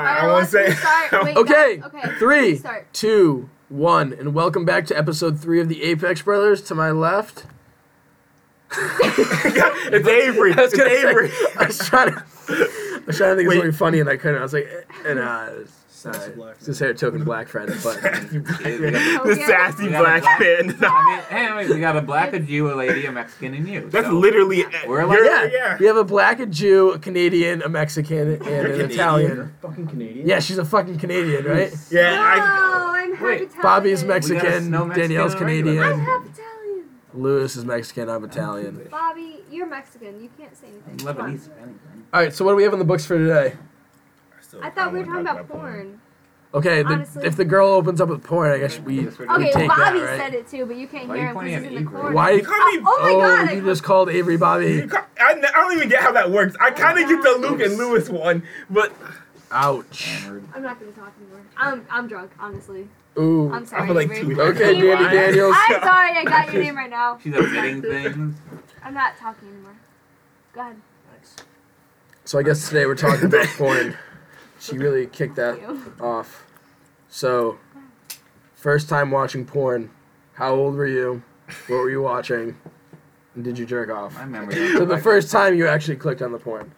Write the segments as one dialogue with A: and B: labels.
A: I want to say.
B: Start. Wait,
C: Okay.
B: guys, okay.
C: Three,
B: Start.
C: two, one, and welcome back to episode three of the Apex Brothers. To my left,
A: it's Avery.
C: I was
A: It's
C: gonna say-
A: Avery.
C: I was trying to, I was trying to think of
A: Wait.
C: something funny, and I couldn't. I was like, eh, and uh,
D: Sassy black
C: to say a token black friend, but
A: the
B: Okay.
A: sassy
E: We got a
A: black man.
E: I mean, anyway, we got a black, a Jew, a lady, a Mexican, and you.
A: That's
E: so.
A: literally.
E: We're
A: you're-
C: yeah,
D: yeah.
C: we have a black, a Jew, a Canadian, a Mexican, and an
A: Canadian.
C: Italian.
D: Fucking Canadian.
C: Yeah, she's a fucking Canadian, right?
A: Yeah,
B: No,
A: I,
B: I'm half
E: Wait.
B: Italian.
C: Bobby is
E: We got a
C: Mexican,
E: snow Mexican
C: Danielle's
E: and a regular
C: Canadian.
B: I'm
E: Mexican.
B: half Italian.
C: Lewis is Mexican. I'm Italian.
B: Bobby, you're Mexican. You can't say
E: I'm
B: anything. Come on.
E: Lebanese. if anything.
C: All right, so what do we have on the books for today?
B: I thought we were talking about porn.
C: Okay, the,
B: Honestly.
C: if the girl opens up with porn, I guess we.
E: That's what
C: we
B: Okay,
C: take
B: Bobby
C: that, right?
B: said it too, but you can't
E: Why are
B: hear
E: you
B: him because
E: pointing
B: he's
E: at
B: in the
E: Avery?
B: corner.
C: Why?
A: You can't
B: Oh,
A: be.
B: oh my
C: oh,
B: god! I-
C: you just called Avery Bobby
A: you can't- I, I don't even get how that works.
B: Oh
A: I kind of get the Luke and Lewis one, but
C: Ouch.
E: Hammered.
B: I'm not gonna talk anymore. I'm I'm drunk, honestly.
C: Ooh.
B: I'm
A: I
B: sorry.
A: feel like
B: Avery.
A: two.
C: Okay,
B: Anyway,
C: Danny Daniels.
B: I'm sorry. I got your name right now.
E: She's upsetting things.
B: I'm not talking anymore. Go ahead.
C: So I guess today we're talking about porn. She really kicked that
B: You.
C: off. So, first time watching porn. How old were you? What were you watching? And did you jerk off?
E: My memory.
C: So the first time you actually clicked on the porn.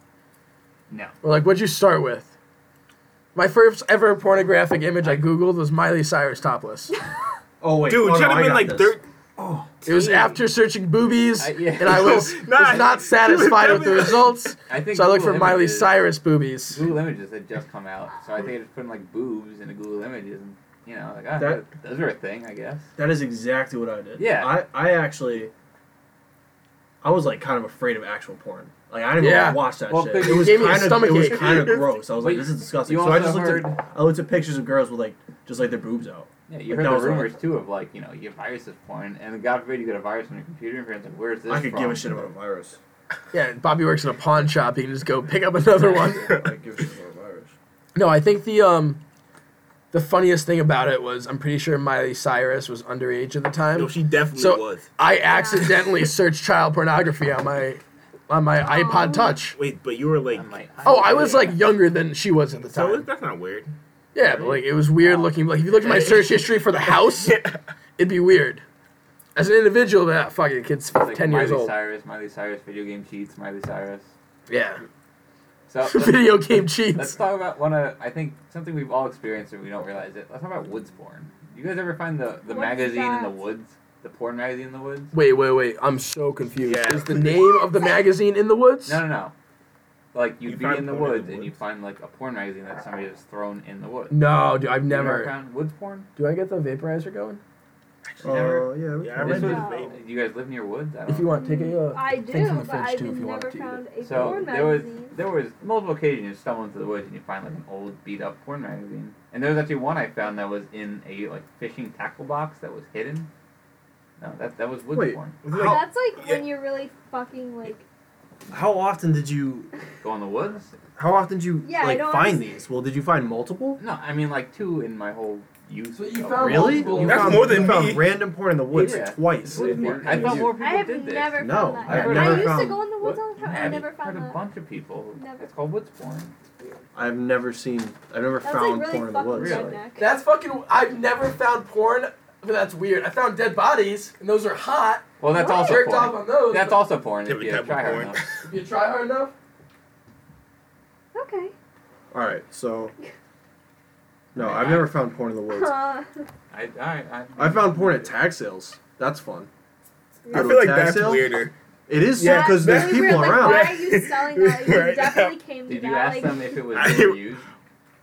E: No.
C: Or like, what'd you start with? My first ever pornographic image I googled was Miley Cyrus topless.
D: Oh wait.
A: dude,
D: oh,
A: should
D: no,
A: have
D: I
A: been
D: got
A: like
D: this.
A: third.
C: It was after searching boobies,
E: I- yeah.
C: and I was,
A: Nah,
C: was not satisfied with the results,
E: I think
C: so I looked for
E: Google
C: Miley
E: Images-
C: Cyrus boobies.
E: Google Images had just come out, so I think I just put in like boobs into Google Images, and you know, like ah,
D: That-
E: those are a thing, I guess.
D: That is exactly what I did.
E: Yeah.
D: I, I actually, I was like kind of afraid of actual porn. Like I didn't
C: Yeah.
D: even watch that
E: Well,
D: shit.
E: but
D: It
E: you
D: was
C: gave me a
D: kind of it was
C: stomachache.
D: kind of gross. I was like,
E: But
D: this is disgusting.
E: you
D: So I
E: also
D: just looked
E: heard,
D: at I looked at pictures of girls with like just like their boobs out.
E: yeah, you
D: like,
E: heard
D: that
E: the
D: was what I-
E: rumors too of like you know your virus is porn, and God forbid you get a virus on your computer, and your parents like, where's this
D: I could
E: from?
D: give a shit about a virus.
C: Yeah, Bobby works in a pawn shop. He can just go pick up another one.
D: I could give a shit about a virus.
C: No, I think the um, the funniest thing about it was I'm pretty sure Miley Cyrus was underage at the time.
A: No, she definitely
C: So-
A: was.
C: I accidentally searched child pornography on my on my
B: Oh.
C: iPod Touch.
A: Wait, but you were like.
E: I'm like,
C: Oh, I was like younger than she was at the
A: So
C: time.
A: that's not weird.
C: Yeah, but like it was weird looking. Like if you look at my search history for the house, it'd be weird. As an individual, that fucking kid's
E: It's like
C: ten years
E: Miley
C: old.
E: Cyrus, Miley Cyrus, video game cheats, Miley Cyrus.
C: Yeah,
E: So let's,
C: video game
E: let's
C: cheats.
E: talk about one of I think something we've all experienced and we don't realize it. Let's talk about woods porn. You guys ever find the the
B: What's
E: magazine in the
B: that?
E: woods, the porn magazine in the woods?
C: Wait, wait, wait! I'm so confused.
A: Yeah.
C: Is the name of the magazine in the woods?
E: No, no, no. Like you'd
A: You
E: be
A: find
E: in the
A: porn in the
E: woods and you
A: woods.
E: find like a porn magazine that somebody has thrown in the woods.
C: No, dude, I've
E: You
C: never.
E: found woods porn.
C: Do I get the vaporizer going?
D: Oh
E: Never-
D: yeah. we
A: Yeah, I
D: can-
A: read
E: This was-
B: No.
A: baby.
E: you guys live near woods? I don't
C: If you
E: know.
C: want, take a. Uh,
B: I
C: thing from
B: do, but
C: the fridge,
B: I've
C: too, if you want
B: never
C: to eat
B: found a
E: So
B: porn
E: there was
B: magazine.
E: there was multiple occasions someone went to the woods and you find like an old beat up porn magazine. And there was actually one I found that was in a like fishing tackle box that was hidden. No, that that was woods
D: Wait.
E: porn.
A: Was it
B: But
A: like-
B: That's like when you're really fucking like.
D: How often did you?
E: Go in the woods?
D: How often did you
B: Yeah, I don't understand.
D: these? Well, did you find multiple?
E: No, I mean like two in my whole youth. Oh,
C: So you
E: of-
C: found
D: Really?
C: multiple-
D: You
A: That's
D: found-
A: more than
D: you found
A: me.
D: random porn in the woods
E: Yeah.
D: twice.
E: Woods porn. I thought more people
B: I have
E: did this.
B: never
D: No,
B: found that.
D: I
E: have
B: I
E: never
B: used to
D: found-
B: go in the woods all the time. I
E: I've
B: never found
E: heard a
B: that.
E: bunch of people.
B: Never.
E: It's called woods porn.
D: I've never seen. I've never
B: That's
D: found
B: like really
D: porn in the
B: fucking
D: woods.
E: Really?
B: redneck.
C: That's fucking. I've never found porn, but that's weird. I found dead bodies, and those are hot.
E: Well, that's
B: What?
E: also
C: Jerked
E: porn.
C: off on those.
E: That's
C: but
E: also porn. If
A: Different
E: you
A: type of
E: try hard
A: porn.
E: enough.
C: If you try hard enough.
B: Okay.
D: All right, so no,
E: Right,
D: I've
E: I-
D: never found porn in the woods.
B: Uh,
E: I, I, I,
D: I found porn at tag sales. That's fun.
A: I feel
D: Go to a
A: like
D: tag
A: that's
D: sale?
A: weirder.
D: It is
A: Yeah,
D: because
A: that's
D: there's
B: we were
D: people
B: like,
D: around.
B: Why are you selling that? You
A: Right.
B: definitely came to
E: Did
B: that.
E: you ask
B: like,
E: them if it was
A: I-
E: being used?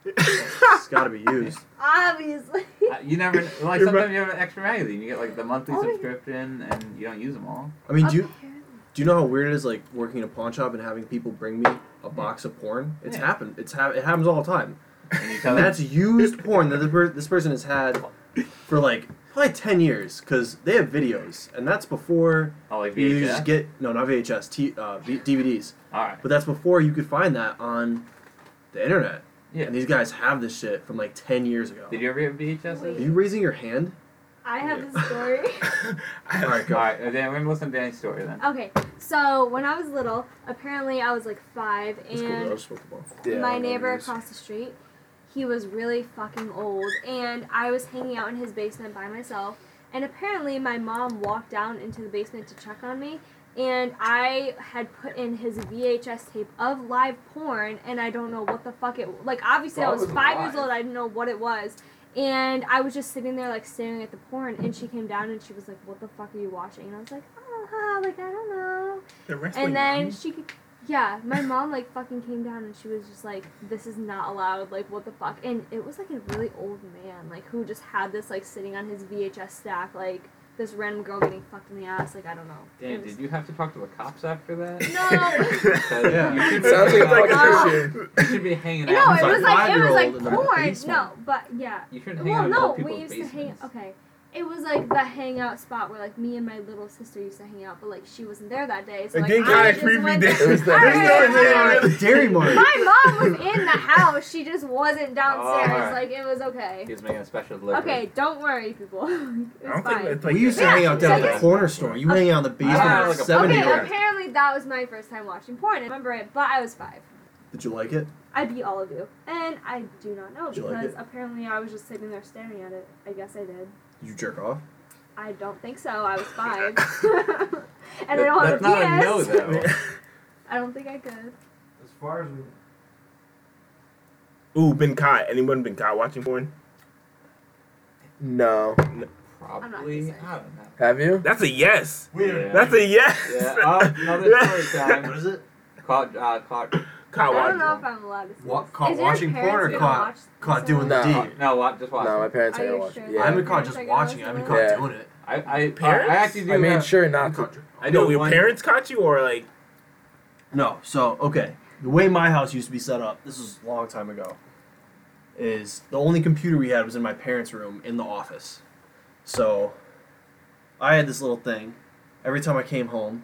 D: It's got to be used.
B: Obviously.
E: Uh, You never like.
A: You're
E: Sometimes you have an extra magazine. You get like the monthly
B: Oh, yeah.
E: subscription, and you don't use them all.
D: I mean, do you, do you know how weird it is like working in a pawn shop and having people bring me a box of porn? It's
E: Yeah.
D: happened. It's ha- it happens all the time.
E: And you tell them
D: And that's used porn that the per- this person has had for like probably ten years because they have videos, and that's before
E: oh, like
D: you just
E: VHS.
D: get no, not VHS, t- uh, v- DVDs.
E: all right.
D: But that's before you could find that on the internet.
E: Yeah.
D: And these guys have this shit from like 10 years ago.
E: Did you ever have VHS?
D: Are you raising your hand?
B: I have a story.
A: I-
D: All right,
E: All
D: go.
E: right. uh, Then we're gonna listen to Danny's story then.
B: okay, so when I was little, apparently I was like five,
D: It's cool, though. I
B: and
D: just spoke the ball.
B: my neighbor across the street, he was really fucking old, and I was hanging out in his basement by myself. And apparently, my mom walked down into the basement to check on me, and I had put in his VHS tape of live porn, and I don't know what the fuck it like. Obviously, I
E: Well, it
B: was
E: was
B: five
E: live.
B: years old. I didn't know what it was, and I was just sitting there like staring at the porn. And she came down and she was like, "What the fuck are you watching?" And I was like, "Oh, huh, like I don't know."
A: The wrestling.
B: And then
A: one.
B: she, yeah, my mom like fucking came down and she was just like, "This is not allowed." Like, what the fuck? And it was like a really old man, like who just had this like sitting on his VHS stack, like this random girl getting fucked in the ass. Like I don't know.
E: Dan,
B: It was-
E: did you have to talk to the cops after that?
B: No.
D: Yeah.
E: You should,
C: Sounds
E: be,
C: like a
B: Wow.
C: fucking issue.
E: you should be hanging
B: no,
E: out.
B: it
D: like
B: was like it was
D: five-year-old
B: like
D: in the
B: porn.
D: basement.
B: No, but yeah.
E: You shouldn't hang
B: Well,
E: out in
B: no,
E: old
B: we
E: people's
B: used to hang.
E: basements.
B: Okay, it was like the hangout spot where like me and my little sister used to hang out, but like she wasn't there that day. So
A: It
B: like,
A: did
B: I
A: kinda
B: just
A: creepy
B: went
A: there.
B: there.
C: It was the-
B: All
A: There's no-
B: right,
A: no-
D: Dairy Mart.
B: My mom was in the house. She just wasn't downstairs.
E: Alright.
B: Like it was okay.
E: He was making a special delivery.
B: Okay, don't worry, people. It's
A: I don't
B: fine.
A: think it's like
D: We used to
B: Yeah,
D: hang out down at
B: so
D: the corner store. You hang out in the basement
E: Ah,
D: at
E: like a
D: seven
B: okay,
D: year old.
A: year-old.
B: apparently that was my first time watching porn. I remember it, but I was five.
D: Did you like it?
B: I beat all of you, and I do not know
D: Did you like
B: because
D: it?
B: apparently I was just sitting there staring at it. I guess I did.
D: Did you jerk off?
B: I don't think so. I was five, and
E: That-
B: I don't have
E: that's not a no,
B: a penis.
E: though.
B: I don't think I could.
F: As far as we,
A: Ooh, been caught. Anyone been caught watching porn?
C: No.
E: Probably.
B: gonna say.
E: I don't know.
C: Have you?
A: That's a yes.
F: weird.
E: Yeah.
A: That's a yes.
E: Yeah, uh, another story time.
D: What is it?
E: Caught, uh, caught,
A: caught
B: I
A: watching.
B: don't know if I'm allowed to. Say
D: Wa-
B: this.
D: caught
B: Is your
D: watching porn
B: parents
D: or
B: gonna
D: caught-
B: watch
D: Caught
B: this
D: doing
B: one?
D: the
C: No.
D: deed.
E: no, wa- just watch.
C: No, my
E: it.
C: parents
B: Are
C: ain't
B: you
C: watching.
B: sure?
C: Yeah.
D: I've
B: I'm
D: been caught just
B: Yeah.
D: watching. I've been caught
C: Yeah.
D: doing it.
E: I, I,
A: Parents?
E: I actually do
C: I made
E: have,
C: sure
D: I've
C: not
D: been
C: to.
D: caught jerking
E: I do
A: no, your
E: one,
A: parents caught you or like
D: No, so okay. The way my house used to be set up, this was a long time ago, is the only computer we had was in my parents' room in the office. So I had this little thing. Every time I came home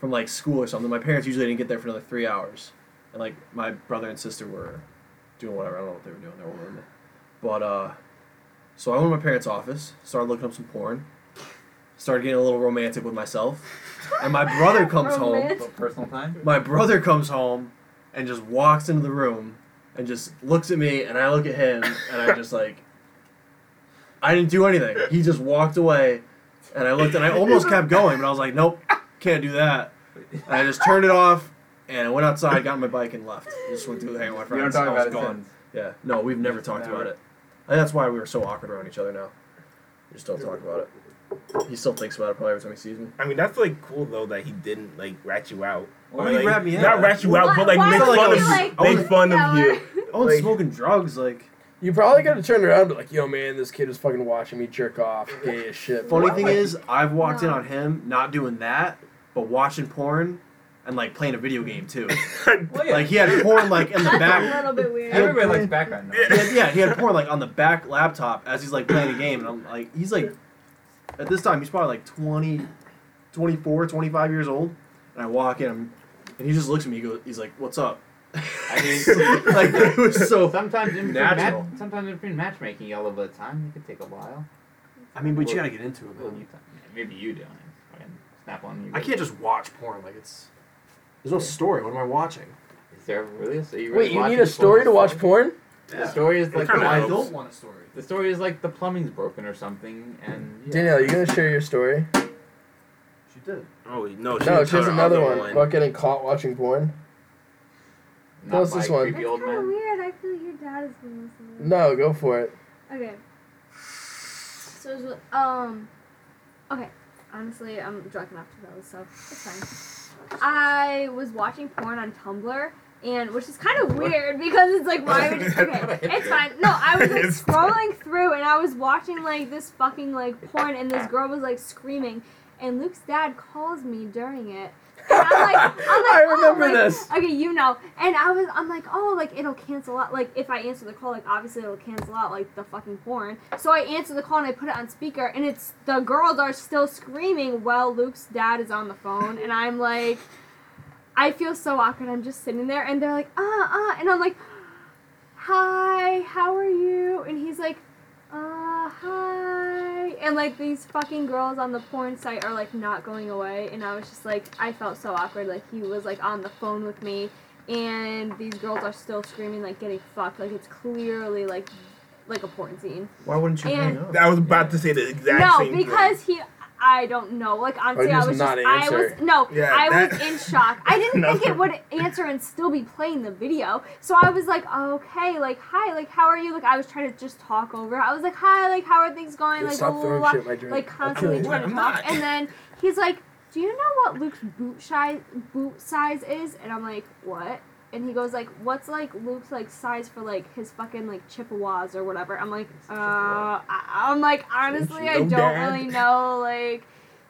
D: from like school or something, my parents usually didn't get there for another three hours. And like my brother and sister were doing whatever, I don't know what they were doing, they were older than me. But uh so I went to my parents' office, started looking up some porn, started getting a little romantic with myself. And my brother comes home
B: Romantic.
E: Little personal time.
D: my brother comes home and just walks into the room and just looks at me and I look at him and I just like I didn't do anything. He just walked away and I looked and I almost kept going, but I was like, Nope, can't do that. And I just turned it off and I went outside, got on my bike and left. Just went through the hangout with
E: We don't
D: friends.
E: talk
D: I
E: about
D: was
E: it
D: gone.
E: since.
D: Yeah. No, we've never talked about it. And that's why we were so awkward around each other now. We just don't talk about it. He still thinks about it probably every time he sees me.
A: I mean that's like cool though that he didn't like rat you out.
D: Why
A: Or,
D: would he
A: like,
D: rat me
A: Not
D: out?
A: rat you out,
B: Why-
A: but like
B: why
A: make
D: would
A: fun
D: you,
A: of
B: like,
A: you. Make fun of
B: shower?
A: you.
D: Oh,
A: Like-
D: smoking drugs, like
C: You probably gotta turn around and be like, yo man, this kid is fucking watching me jerk off. Gay as shit.
D: Funny
C: Like,
D: thing is, I've walked in
B: No.
D: on him not doing that, but watching porn and like playing a video game too.
E: Well, yeah.
D: Like he had porn like in the
B: That's a
D: back.
B: little bit weird.
E: Everybody likes background noise.
D: he had- yeah, he had porn like on the back laptop as he's like playing a game, and I'm like, he's like, at this time he's probably like 20, 24, 25 years old, and I walk in, and he just looks at me. He goes, he's like, "What's up?"
E: I mean,
D: like it was so.
E: sometimes in
D: Natural.
E: natural. sometimes in between matchmaking, y'all over the time, it could take a while.
D: I mean, but you gotta get into it,
E: Well,
D: man.
E: you- Maybe you don't. Fucking Snap on you.
D: I can't just watch porn like it's. There's no story. What am I watching?
E: Is there really? a- So you really
C: Wait, you
E: watching
C: need a story to watch porn?
E: The story is like
A: Kinda
E: why-
A: helps.
F: don't want a story.
E: The story is like the plumbing's broken or something, and yeah.
C: Danielle, you gonna share your story?
F: She did.
A: Oh no, she
C: No,
A: didn't tell
C: here's
A: her
C: another
A: other
C: one. About getting caught watching porn?
E: Not
C: Tell us
E: by
C: this
E: a
C: one.
E: creepy
B: That's
E: old
B: kind of
E: man.
B: weird. I feel like your dad is gonna listen. to this.
C: No, go for it.
B: Okay. So it was, um, okay. Honestly, I'm drunk enough to know this, so it's fine. I was watching porn on Tumblr, and which is kind of weird because it's like why would you? Okay, it's fine. No, I was like
A: It's
B: scrolling through, and I was watching like this fucking like porn, and this girl was like screaming, and Luke's dad calls me during it. And I'm like, I'm like,
C: I remember
B: oh, like,
C: this.
B: Okay, you know. And I was, I'm like, oh, like it'll cancel out. Like if I answer the call, like obviously it'll cancel out, like the fucking porn. So I answer the call and I put it on speaker, and it's the girls are still screaming while Luke's dad is on the phone, and I'm like, I feel so awkward. I'm just sitting there, and they're like, uh, uh, and I'm like, hi, how are you? And he's like, uh, hi. And like these fucking girls on the porn site are like not going away. And I was just like, I felt so awkward. Like he was like on the phone with me. and these girls are still screaming like getting fucked. Like it's clearly like like a porn scene.
D: Why wouldn't you
B: And-
D: hang up?
A: I was about to say the exact
B: no,
A: same
B: because he. I don't know. Like honestly,
C: Or
B: I
C: just
B: was just.
C: not
B: I
C: answer.
B: was no.
A: Yeah,
B: I
A: that-
B: was in shock. I didn't
A: No.
B: think it would answer and still be playing the video. So I was like, okay, like hi, like how are you? Like I was trying to just talk over. it. I was like, hi, like how are things going?
C: Dude,
B: Like
C: stop
B: blah, blah,
C: throwing
B: blah,
C: shit in my drink.
B: like
C: I'll
B: constantly
A: kill you.
B: trying to
A: I'm
B: talk.
A: not.
B: And then he's like, "Do you know what Luke's boot size boot size is?" And I'm like, "What?" And he goes like, "What's like Luke's like size for like his fucking like Chippewas or whatever?" I'm like, "Uh, I- I'm like honestly, I
A: No
B: don't
A: dad.
B: really know." Like,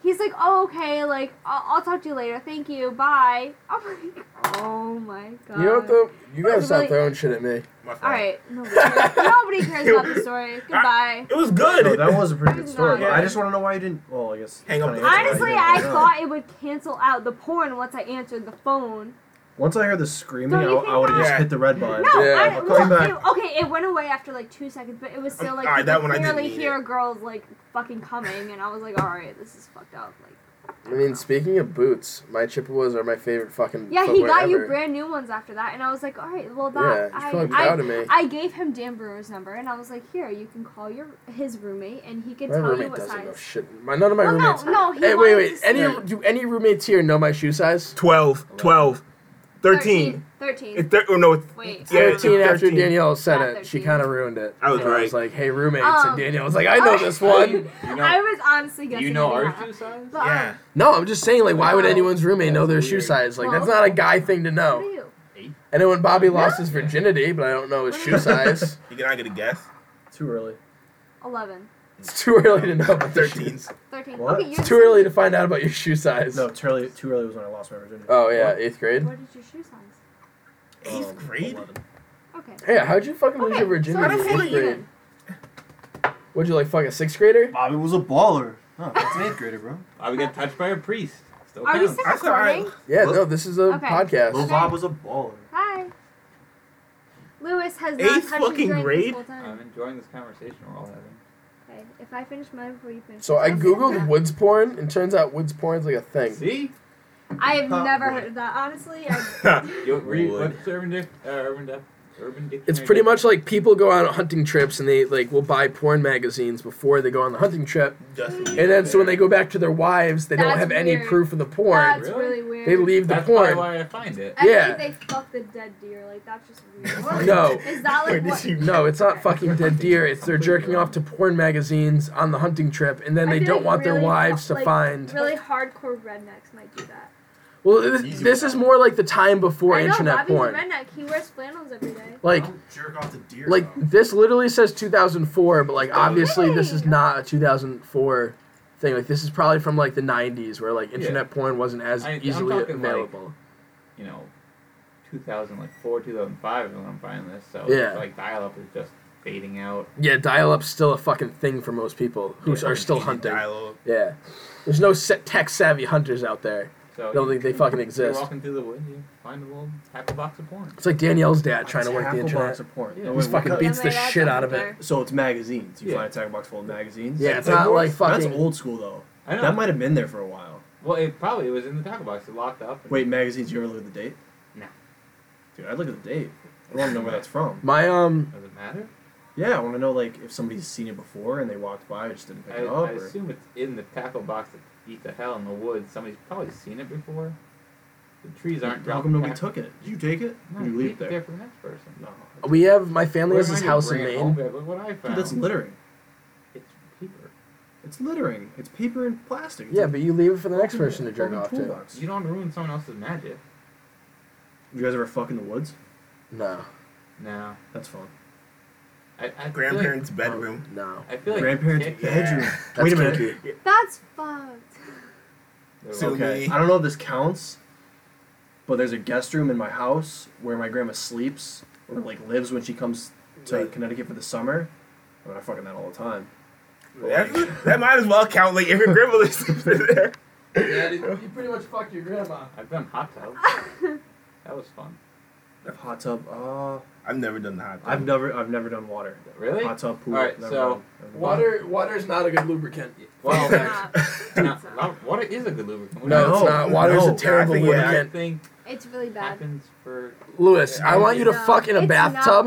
B: he's like, "Oh, okay, like I'll, I'll talk to you later. Thank you, bye." I'm like, "Oh my god."
C: You know what though? You gotta
B: That's
C: stop
B: really-
C: throwing shit at me.
A: My fault.
B: All right, nobody cares, nobody cares about the story. Goodbye.
A: It was good.
D: No, that was a pretty good
B: It's
D: story.
A: not.
D: but I just want to know why you didn't. Well, I guess.
A: Hang up
D: kinda
A: the
D: answer why you
B: Honestly,
D: didn't
B: I
D: hang up.
B: thought it would cancel out the porn once I answered the phone.
D: Once I heard the screaming, I,
B: Don't you think
D: I would have just
A: that-
D: hit the red button.
B: No,
C: Yeah.
B: I,
D: I'll
B: well,
D: call you back.
B: it- okay, it went away after like two seconds, but it was still like
A: Alright,
B: you
A: that
B: could
A: one I didn't
B: clearly
A: need
B: hear
A: it.
B: girls like fucking coming, and I was like, all right, this is fucked up. Like,
C: I mean, speaking of boots, my Chippewas are my favorite fucking.
B: yeah, he
C: footwear
B: got you
C: ever.
B: brand new ones after that, and I was like, all right, well
C: Yeah,
B: that
C: he's probably
B: I, I
C: proud of me.
B: I gave him Dan Brewer's number, and I was like, here, you can call your his roommate, and he can
C: My
B: tell you
C: roommate
B: what
C: doesn't know
B: size.
C: shit. My, none of my
B: well,
C: roommates.
B: no, no, he
C: Hey, wait,
B: wanted
C: wait.
B: to
C: Any
B: see-
C: do any roommates here know my shoe size?
A: 12, 12, 13.
B: 13.
A: It's thir- or no, it's,
B: Wait.
A: Yeah, it's
C: Thirteen after
A: 13.
C: Danielle said
B: Not
C: it, she
B: 13.
C: kind of ruined it.
A: I was
C: And I was
A: right.
C: like, "Hey, roommates,"
B: Um,
C: and Danielle was like, "I know this one."
E: You
B: I
E: know,
B: was honestly guessing.
E: you know
B: I did
E: our
B: not.
E: shoe size?
B: But, um,
A: Yeah.
C: No, I'm just saying, like, why would
B: Wow.
C: anyone's roommate know their
A: That's
C: shoe
A: weird.
C: size? Like,
B: Well,
C: that's not a guy thing to
B: what
C: know.
B: do you-
C: I know when Bobby lost
B: No.
C: his virginity, but I don't know his shoe size.
A: You can I get a guess?
D: Too early.
B: 11.
C: It's too early to know about your shoe-
A: 13s.
B: 13.
D: What?
B: Okay, you're
C: It's too early to find out about your shoe size.
D: No, too early. Too early was when I lost my virginity.
C: Oh yeah,
D: What?
C: eighth grade.
B: What is your shoe size?
A: Eighth
D: Um,
A: grade?
D: 11.
B: Okay.
C: Yeah, how'd you fucking lose
B: Okay,
C: your
B: so
C: virginity?
B: I'm
C: in
A: don't
C: eighth
A: feel
B: pretty
A: like
C: grade?
B: even.
C: What'd you like, fuck a sixth grader?
D: Bobby was a baller. Huh, that's an eighth grader, bro.
E: I would get touched by a priest. Still
B: Are we
E: counts.
B: still
A: I thought I-
B: recording?
C: Yeah,
D: Well-
C: no, this is a
B: Okay.
D: Lil
C: podcast.
D: Bob was a baller.
B: Hi. Lewis has not
A: Eighth
B: touched his
A: fucking
B: drink this
A: grade?
B: whole time.
E: I'm enjoying this conversation we're all having.
B: Okay, if I finish mine before you finish.
C: So I
B: yours,
C: googled
B: okay.
C: woods porn, and turns out woods porn's like a thing.
E: See?
B: I have
D: Huh,
B: never
D: boy.
B: heard of that. Honestly, I,
E: You, re,
A: Wood.
E: what's Urban Dic- uh, Urban Def? Urban Dictionary.
C: It's pretty much like people go on hunting trips and they like will buy porn magazines before they go on the hunting trip,
A: Justin
C: and then so when they go back to their wives, they don't
B: That's
C: have any
B: weird.
C: proof of the porn.
B: that's
E: Really?
B: really weird.
C: They leave the
E: That's probably
C: porn.
E: why I find it.
B: I
C: yeah.
B: think they fuck the dead deer. Like that's just weird.
C: No.
B: Is that
A: Where
B: like
A: did
B: what?
A: you-
C: No, it's not fucking dead deer. It's they're jerking off to porn magazines on the hunting trip, and then
B: I
C: they
B: feel
C: don't
B: like
C: want their
B: really
C: wives
B: fu-
C: to
B: like,
C: find.
B: Really hardcore rednecks might do that.
C: Well, this,
F: Easy
C: this
F: one.
C: is more like the time before
B: I know
C: internet
B: Bobby's
C: porn.
B: a redneck. He wears flannels every day.
C: Like,
F: Don't jerk off the deer.
C: like
F: though.
C: this literally says 2004, but like obviously this is
B: Hey.
C: not a 2004 thing. Like this is probably from like the 90s, where like internet porn wasn't as
E: I- I'm
C: easily
E: talking, like,
C: available.
E: You know, 2004, 2005 is when I'm finding this. So
C: Yeah.
E: it's like dial-up is just fading out.
C: yeah, dial-up's still a fucking thing for most people who
E: Yeah,
C: are still hunting.
A: Dialogue.
C: Yeah, there's no tech savvy hunters out there.
E: So
C: I don't think they fucking
E: you're
C: exist.
E: walking through the woods, you find a little tackle box of porn.
C: It's like Danielle's dad
D: A
C: trying to work the
D: tackle
C: internet.
D: Box of porn.
E: Yeah.
D: No,
C: He's
D: wait,
C: fucking
D: what
C: beats
B: Yeah,
C: the
B: my dad's
C: shit
B: not
C: out of it.
B: there.
D: kind- So it's magazines. You
E: Yeah.
D: find a tackle box full of magazines.
C: Yeah, it's
A: Like
C: not
A: Playboys?
C: like fucking.
D: That's old school though.
E: I know.
D: That might have been there for a while.
E: well, it probably was in the tackle box. It locked up. and-
D: Wait, magazines? You ever look at the date?
E: No.
D: Dude, I'd look at the date. I want to know where that's from.
C: My um,
E: Does it matter?
D: Yeah, I want to know like if somebody's seen it before and they walked by, and just didn't pick
E: I,
D: it up.
E: I
D: or...
E: assume it's in the tackle box that eat the hell in the woods. Somebody's probably seen it before. The trees aren't
D: How
E: dropping.
D: come nobody took it? Did you take it?
E: No,
D: Did you
E: you
D: leave
E: there.
D: there?
E: for the next person.
D: No.
C: we have my family has
E: Where
C: this
E: am I gonna
C: house in
E: bring it
C: Maine.
E: home? Be like, Look what I
D: Dude,
E: found.
D: that's littering.
E: It's paper.
D: It's littering. It's paper and plastic. It's
C: Yeah,
D: a
C: but you leave it for the next
D: fucking-
C: person to jerk
D: fucking
C: off to.
D: toolbox.
E: You don't ruin someone else's magic.
D: You guys ever fuck in the woods?
C: No,
E: No.
D: That's fun.
E: I, I feel like-
A: Grandparents' bedroom.
C: no,
E: I feel like
D: Grandparents'
E: kids-
D: bedroom.
A: Yeah.
C: that's
D: Wait a minute.
C: kinky.
B: That's fucked.
E: They're
A: So-
E: like,
D: Okay.
A: me.
D: I don't know if this counts, but there's a guest room in my house where my grandma sleeps or like lives when she comes to
A: Right.
D: Connecticut for the summer. I mean, I fucking that all the time. But,
A: That,
D: like,
A: that might as well count. Like if your grandma lives in there.
C: you pretty much fucked your grandma.
E: I've done hot tub. that was fun.
D: hot tub. Uh,
A: I've never done the hot tub.
D: I've never, I've never done water.
E: Really?
D: Hot tub pool.
E: All right,
D: never
E: so,
D: done. Never done.
C: water's not a good lubricant.
E: Well,
B: It's not.
E: no, water is a good lubricant.
C: No, it's
D: No,
C: not. Water's
D: no.
C: a terrible
A: Yeah, I think-
E: I
C: lubricant.
E: think
B: It's really bad.
E: Happens for
C: Lewis, I want you to
B: No,
C: fuck in a
B: it's
C: bathtub.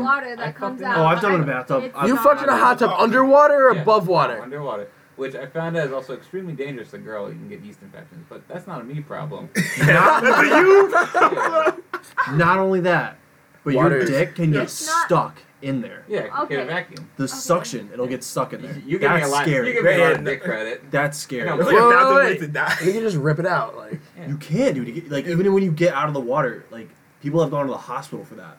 B: Not water
E: I
B: that comes
E: fucking-
B: out.
E: Oh,
D: I've done it in a
B: I-
D: bathtub.
B: it's
D: I've-
C: You
B: not-
C: fucked in a hot tub
A: Oh.
C: underwater or
E: Yeah,
C: above water?
E: Underwater, which I found out is also extremely dangerous to girl. You can get yeast infections, but that's not a me problem.
A: That's a you.
E: yeah,
D: Not only that, but
C: Water
D: your
C: is-
D: dick can get
B: It's not-
D: stuck in there.
E: yeah, I can get
B: Okay.
E: a vacuum.
D: The
B: Okay.
D: suction, it'll get stuck in there.
E: You, you give
D: That's
E: me a lot.
D: scary.
E: You give me a lot
A: Man.
E: of dick credit.
D: That's scary.
E: No,
A: There's like a
C: Wait,
A: thousand
C: wait,
A: ways to
C: You
A: die.
C: can just rip it out. Like
D: You can, dude. You get- Like even when you get out of the water, like people have gone to the hospital for that.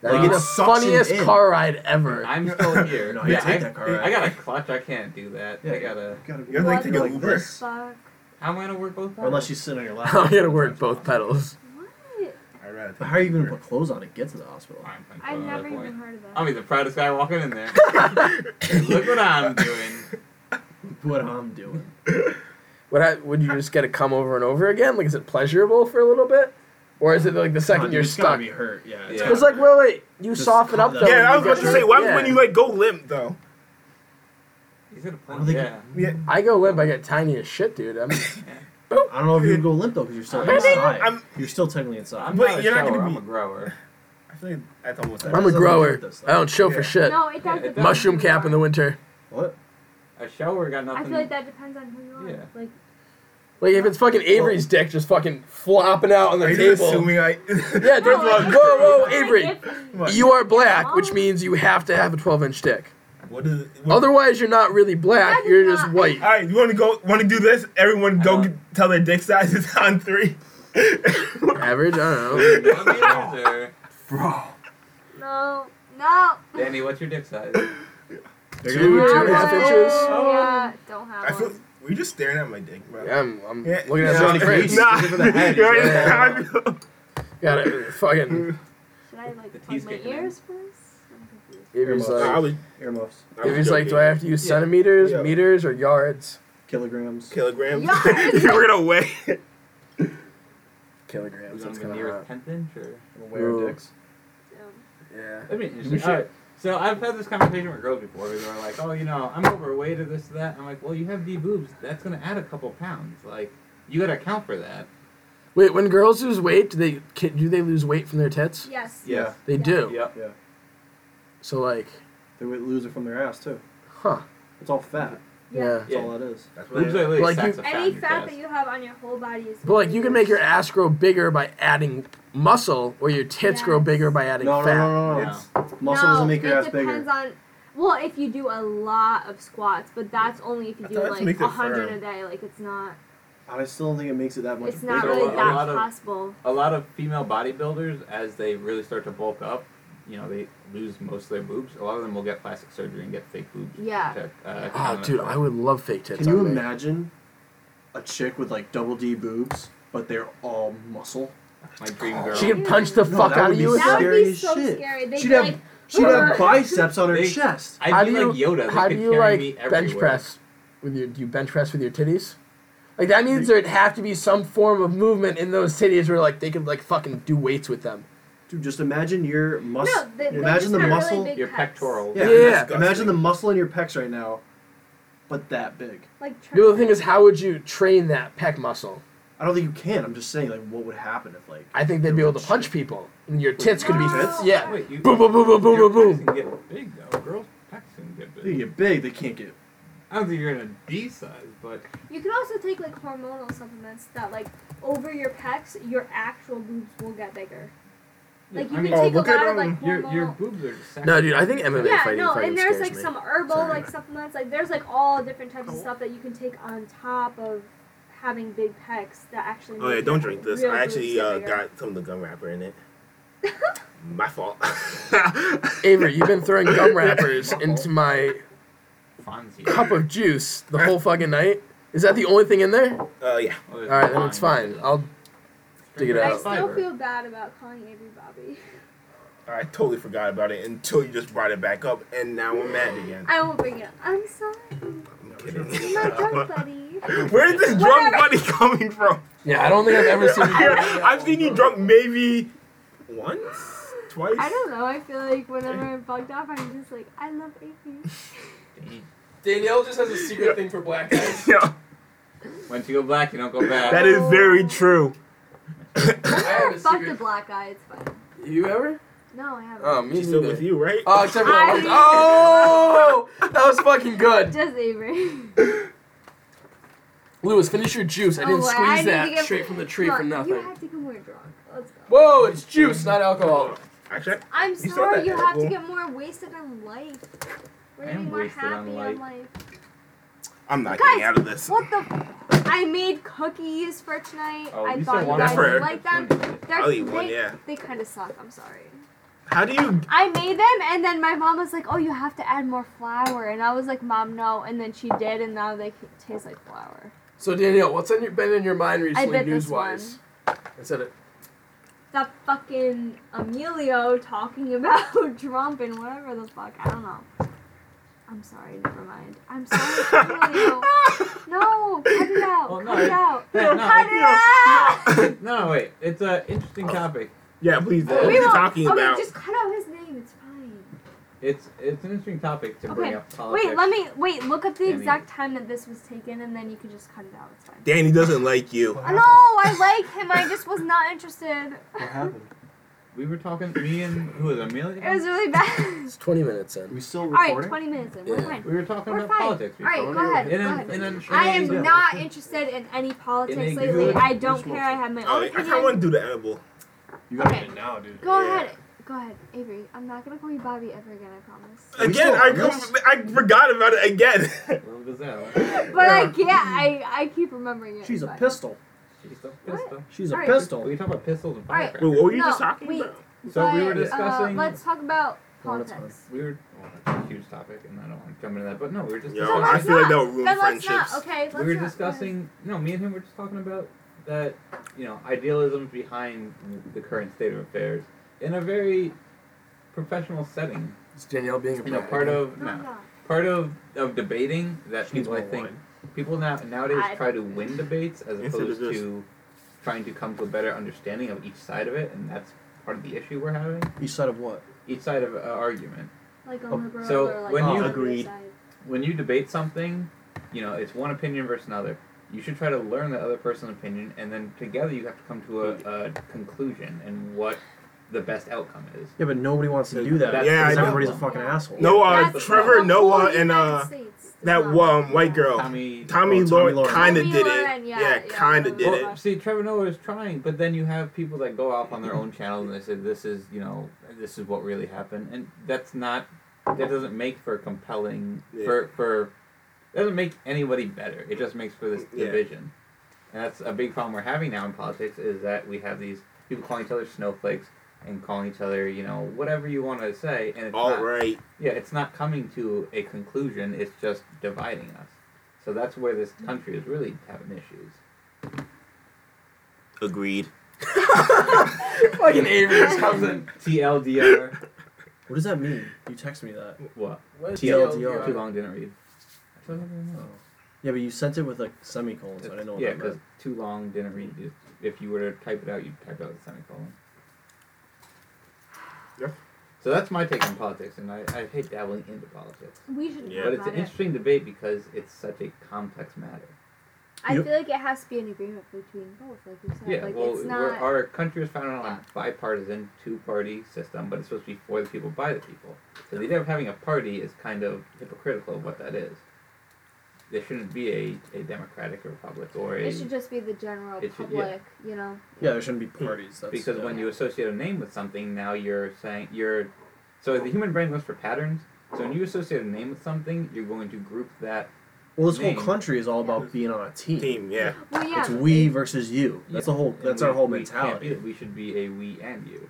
C: that'd
E: Wow.
C: be the
D: Suction
C: funniest
D: in.
C: car ride ever.
E: I'm still here.
D: No, you
E: yeah,
D: take
E: I,
D: that car ride.
E: I got a clutch. I can't do that. I gotta.
D: gotta
A: You're like
B: Water
A: taking
D: like
A: Uber.
D: this.
B: Fuck.
E: How am I gonna work both?
D: Unless you sit on your lap.
C: I'm gonna work both pedals.
B: What?
A: I'd rather take
D: But how are you even
A: Uber.
D: gonna put clothes on to get to the hospital?
E: I'm, I'm
B: I've
E: totally
B: never
E: on that
B: even
E: point.
B: heard of that.
E: I'll be the proudest guy walking in there. Look what I'm doing.
D: What I'm doing.
C: Would I, would you just get to come over and over again? Like, is it pleasurable for a little bit, or is it like the second
D: Come on,
C: you're
D: it's gotta
C: stuck?
D: Be hurt. Yeah.
E: Yeah.
C: It's like wait, wait, you
D: Just
C: soften up
D: calm
C: though.
D: down.
C: when
A: Yeah, I
C: you
A: was about
C: get
A: to
C: your-
A: say, why
C: yeah.
A: when you like go limp though?
E: He's at a
D: I
E: point.
D: don't think-
E: yeah.
A: Yeah,
C: I go limp, I get tiny as shit, dude. I'm,
D: I don't know if you would go limp though because you're still
E: I'm-
D: inside.
A: I'm-
D: you're still technically inside.
E: I'm
A: But
E: not a
A: you're not
E: shower,
A: gonna
E: I'm
A: be-
E: a grower.
A: I feel like that's almost.
D: I'm
A: like-
C: I'm a
D: Something
C: grower.
D: with this,
C: I don't show
A: Yeah.
C: for shit.
B: No, it does.
E: Yeah, it
B: depend
C: Mushroom
B: on who you
C: cap in the
B: are.
C: winter.
D: what?
E: A shower got
B: I
E: nothing.
B: feel like that depends on who you are.
E: Yeah.
B: Like
C: Like if it's fucking Avery's dick just fucking flopping out on the
A: Are you
C: table.
A: assuming I?
C: Yeah, dude.
B: No, like,
C: whoa, whoa,
B: like,
C: Avery.
B: if-
A: What?
C: You are black, which means you have to have a 12 inch dick.
A: What is? it- What,
C: Otherwise, you're not really black.
B: That is
C: You're just
B: not-
C: white.
A: All right, you want to go? Want to do this? Everyone, go
E: Uh,
A: get, tell their dick sizes on three.
C: Average. I don't know.
E: Millimeters or-
D: Bro.
B: No, no.
E: Danny, what's your dick size?
C: Two,
D: gonna do
C: two and a half
B: Have
C: inches.
B: one. Yeah, don't have
A: I feel.
B: one.
A: Were you just staring at my dick, bro?
C: Yeah, I'm, I'm
A: Yeah.
C: looking at
A: Yeah.
C: Johnny Fritz.
A: Nah.
C: Give it the head.
A: You're
C: Yeah, yeah, yeah.
A: right.
C: Got it. Fucking.
B: Should I like
E: The
B: plug
E: tea's
B: my
E: kicking in.
B: ears first? I'm confused.
C: Avery's
A: Nah, I
C: like,
A: was.
D: Earmuffs.
A: I was
C: Avery's like, do I
A: joking.
C: have to use
E: Yeah.
C: centimeters,
A: Yeah.
C: meters, or yards?
D: Kilograms.
A: kilograms?
B: Yeah.
A: you were gonna weigh.
E: Is
C: Kilograms.
E: it
C: That's
E: the
C: kind of
E: nearest tenth inch or?
D: Wear
C: Ooh.
D: dicks.
B: Um,
C: Yeah.
E: That'd be
D: We
E: interesting.
D: should-
E: All right. So I've had this conversation with girls before. where They're like, "Oh, you know, I'm overweight or this or that." I'm like, "Well, you have D boobs. That's gonna add a couple pounds. Like, you gotta account for that."
C: Wait, when girls lose weight, do they can, do they lose weight from their tits?
B: Yes.
D: Yeah.
C: They
B: Yeah.
C: do.
E: Yep.
D: Yeah.
C: So like,
D: They would lose it from their ass too.
C: huh?
D: It's all fat.
C: Yeah.
D: That's
E: Yeah.
D: all that is.
A: That's
E: Boobs are literally
C: Like
E: sacks
C: you-
E: of fat
B: Any
E: in your
B: fat
E: chest.
B: that you have on your whole body is.
C: But like, you can make your ass grow bigger by adding muscle, or your tits grow
B: Yes.
C: bigger by
D: No,
C: adding
D: no, no,
C: fat.
D: no, no.
E: Yeah.
D: It's- Muscle doesn't make your
B: it
D: ass bigger.
B: depends on. Well, if you do a lot of squats, but that's only if you
A: I
B: do
A: thought it
B: like
A: makes it
B: a hundred
A: firm.
B: a day. Like it's not.
D: I still don't think it makes it that much
B: It's not
E: bigger.
D: bigger.
E: A
B: really
E: lot
B: that
E: of-
B: possible.
E: a lot of female bodybuilders, as they really start to bulk up, you know, they lose most of their boobs. A lot of them will get plastic surgery and get fake boobs.
B: Yeah.
E: to, uh,
C: Oh, dude, I would love fake tits.
D: Can you
C: on me.
D: imagine a chick with like double D boobs, but they're all muscle?
E: My dream girl.
C: She can punch the
D: No,
C: fuck
D: that
C: out
D: would
C: of
D: be
C: you with
B: That would
C: that.
D: scary
B: be
D: as
B: so
D: shit.
B: scary. They'd
D: She'd
B: be
D: have-
B: like,
D: She'd have biceps on her
E: They-
D: chest.
E: I'd
C: How
E: be
C: do you-
E: like Yoda. They
C: How
E: could
C: do you
E: carry
C: like
E: me
C: bench
E: everywhere.
C: press with your? Do you bench press with your titties? Like that means there'd have to be some form of movement in those titties where like they could like fucking do weights with them.
D: Dude, just imagine your muscle.
B: No, they- they
D: imagine
B: just
D: the
B: have really
D: muscle.
B: big
E: Your
B: pecs.
E: pectorals.
D: yeah,
C: Yeah.
A: Disgusting.
D: imagine the muscle in your pecs right now, but that big.
B: Like
C: The other thing is, how would you train that pec muscle?
D: I don't think you can. I'm just saying, like, what would happen if like
C: I think they'd be able to punch people. And your tits could be
B: Tits?
C: yeah.
E: Wait, you,
C: Boom, boom, boom, boom, boom,
E: your
C: boom, boom.
E: pecs Can get big though. Girls' pecs can get
D: they
E: big.
D: get big, they can't get.
E: I don't think you're in a D size, but
B: You can also take like hormonal supplements that like over your pecs, your actual boobs will get bigger. Like you
E: I
B: can
E: mean,
A: Oh,
B: take a
A: look at,
B: lot of like
A: um,
E: your your
B: hormonal.
E: boobs are just sacks
C: No,
E: of
C: dude, I think
E: fat.
C: MMA
B: Yeah,
C: fighting
B: no,
C: fucking
B: and there's
C: scares
B: like
C: me.
B: some herbal
C: Sorry.
B: like supplements. Like there's like all different types of stuff that you can take on top of having big pecs that actually.
A: Oh yeah,
B: make
A: don't
B: your
A: drink this.
B: real
A: I actually
B: boobs get
A: uh,
B: bigger.
A: got some of the gum wrapper in it. My fault.
C: Avery, you've been throwing gum wrappers into my
E: Fonzie.
C: cup of juice the whole fucking night. Is that the only thing in there? All
A: Uh, yeah.
E: Oh, there's
C: right, then it's
E: Fonzie.
C: fine. I'll dig it
B: I
C: out.
B: still
E: Fiber.
B: feel bad about calling Avery Bobby.
A: I totally forgot about it until you just brought it back up, and now I'm mad again.
B: I won't bring it. up. I'm sorry.
A: I'm kidding.
B: You're my drunk buddy.
A: Where is this drunk buddy coming from?
C: Yeah, I don't think I've ever seen.
A: I- I've seen you drunk maybe once, twice.
B: I don't know. I feel like whenever I'm bugged up, I'm just like, I love Avery.
C: Danielle just has a secret thing for black guys.
A: Yeah,
E: Once you go black, you don't go back.
A: that is very true.
B: I
E: have a
B: fucked a
E: secret-
B: black guy. It's fine.
C: You ever?
B: No, I haven't.
C: Oh, me
A: She's still
C: neither.
A: with you, right?
C: Oh, except for
B: I-
C: that one. Oh, that was fucking good.
B: Just Avery.
C: Lewis, finish your juice. I
B: Oh,
C: didn't
B: wait, I
C: squeeze
B: need to
C: that
B: get-
C: straight from the tree
B: Look,
C: for
B: You
C: nothing.
B: have to get more drunk. Let's go.
C: Whoa, it's juice, not alcohol.
A: Actually,
B: I'm
A: said
B: sorry.
A: that,
B: You have to
A: Abel.
B: get more wasted on life. We're
E: I
B: gonna
E: am
B: be more
E: wasted on
B: happy
E: life.
B: on life.
A: I'm not
B: Guys,
A: getting out of this.
B: What the? I made cookies for tonight.
E: Oh,
B: I
E: you
B: thought
E: said
B: you
E: one.
A: That's
B: guys
A: for her.
B: would like them. They're,
A: I'll eat one,
B: they,
A: yeah.
B: They kind of suck. I'm sorry.
A: How do you?
B: I made them, and then my mom was like, "Oh, you have to add more flour," and I was like, "Mom, no." And then she did, and now they c- taste like flour.
C: So Danielle, what's on your, been in your mind recently,
B: bet this
C: news-wise? I said it.
B: That fucking Emilio talking about Trump and whatever the fuck. I don't know. I'm sorry. Never mind. I'm sorry, Emilio. No, cut it out.
E: Well, no,
B: cut it
E: I-
B: out.
E: no, no,
B: cut it out.
E: no, no, wait. It's an interesting topic.
A: Yeah, please. What are
B: We
A: you
B: won't-
A: talking
B: okay,
A: about?
B: just cut out his name. It's fine.
E: It's it's an interesting topic to
B: Okay.
E: bring up politics.
B: Wait, let me wait. Look up the
E: I mean-
B: exact time that this was taken, and then you can just cut it out. It's fine. Uh,
A: Danny doesn't like you.
B: No, I like him. I just was not interested.
F: What happened?
E: We were talking. Me and who was it, Amelia?
B: It was really bad.
C: It's 20 minutes in.
D: we still
B: All right, 20
D: recording?
B: minutes in. We're
C: Yeah.
B: fine.
E: we were talking
B: We're
E: about
B: fine.
E: politics.
B: All right, go
C: We're
B: ahead.
C: fine.
E: In
B: go
E: an,
B: ahead.
E: in an,
B: I
E: in
B: am
E: an-
B: not interested in any politics
E: It ain't
B: lately.
E: good.
B: I don't care. I have my
A: Oh,
B: own
A: I kind
B: opinion.
A: of want to do the edible.
D: You gotta
B: Okay.
D: get it now, dude.
B: Go
D: Yeah.
B: ahead. Go ahead, Avery. I'm not gonna call you Bobby ever again. I promise.
D: We
A: Again,
D: still
A: I
D: on this?
A: com- I forgot about it again.
E: Well, Gazelle.
B: But I can't. I I keep remembering it.
D: She's a
B: but-
D: pistol.
E: She's a
B: What?
E: pistol.
D: She's a
B: All right.
D: pistol.
E: We talk about pistols and
B: Alright.
E: firecrackers.
A: Wait, what were you
B: No,
A: just talking
B: wait.
A: about?
E: So we were
B: But, uh,
E: discussing.
B: let's talk about
C: Well, that's fine.
B: politics.
E: we were. Well, that's a huge topic, and I don't want to jump into that. But no, we were just.
A: Yo,
B: No,
E: discussing-
A: I
B: let's
A: feel like
B: not.
A: that would ruin
B: Then let's not,
A: friendships.
B: Okay, let's
E: we were
B: not.
E: discussing no me and him were just talking about that you know idealism behind the current state of affairs in a very professional setting
C: It's Danielle being a
E: you know
C: brat
E: part
C: again.
E: of
B: No,
E: no,
B: no.
E: part of of debating that
D: She needs
E: people i
D: more
E: think
D: wine.
E: people now nowadays
B: I-
E: try to win debates as
A: Instead of
E: opposed
A: this.
E: to trying to come to a better understanding of each side of it and that's part of the issue we're having
D: Each side of what?
E: each side of an argument
B: Like a
E: Oh,
B: liberal
E: so
B: or like
E: when
B: a
D: you-
B: other
D: Agreed.
B: side.
E: when you debate something, you know, it's one opinion versus another. You should try to learn the other person's opinion, and then together you have to come to a, a conclusion and what the best outcome is.
D: Yeah, but nobody wants to
A: Yeah,
D: do that.
E: that's-
D: because
A: Yeah, I know.
D: everybody's a fucking asshole.
A: No, uh,
B: That's
A: Trevor
B: the whole
A: Noah and
B: United
A: uh,
B: States.
A: that
B: It's not
A: one white
B: like
A: girl, Tommy
E: Tommy.
D: Oh, Tommy
A: Lauren,
D: Lauren.
A: kind of
B: Tommy
A: did it.
B: Lauren,
A: Yeah,
B: yeah, yeah,
A: kind of
B: Lauren.
A: did
E: Well,
A: it.
E: see, Trevor Noah is trying, but then you have people that go off on their own channels and they say this is, you know, this is what really happened, and that's not, that doesn't make for compelling
A: Yeah.
E: for for, that doesn't make anybody better. It just makes for this
A: Yeah.
E: division, and that's a big problem we're having now in politics is that we have these people calling each other snowflakes and calling each other, you know, whatever you want to say, and it's
A: All
E: not,
A: right.
E: yeah, it's not coming to a conclusion. It's just dividing us. So that's where this country is really having issues.
A: Agreed.
C: Fucking Avery just comes in.
E: TLDR.
D: What does that mean? You text me that.
E: What?
D: TLDR.
E: Too long didn't read. I don't even know.
D: Yeah, but you sent it with a semicolon, so I didn't know what
E: yeah,
D: that
E: because
D: meant.
E: too long didn't read. is- If you were to type it out, you'd type out the semicolon.
A: Yeah.
E: So that's my take on politics, and I, I hate dabbling into politics.
B: We should
A: Yeah.
B: yeah.
E: But it's an interesting debate because it's such a complex matter.
B: I
D: You-
B: feel like it has to be an agreement between both, like you said.
E: Yeah,
B: like
E: well,
B: it's
E: we're,
B: not.
E: our country was founded on a bipartisan, two-party system, but it's supposed to be for the people, by the people. So the idea of having a party is kind of hypocritical of what that is. There shouldn't be a, a democratic republic or a
B: It should just be the general
E: It should- yeah.
B: public, you know.
D: Yeah, there shouldn't be parties. That's,
E: because
D: yeah.
E: when you associate a name with something, now you're saying you're. So the human brain looks for patterns. So when you associate a name with something, you're going to group that.
D: Well, this whole
E: name-
D: country is all about being on a team.
A: Team, yeah.
B: Well, yeah.
D: It's we versus you. That's the whole.
E: and
D: That's
E: we-
D: our whole
E: we can't
D: mentality.
E: be that. We should be a we and you.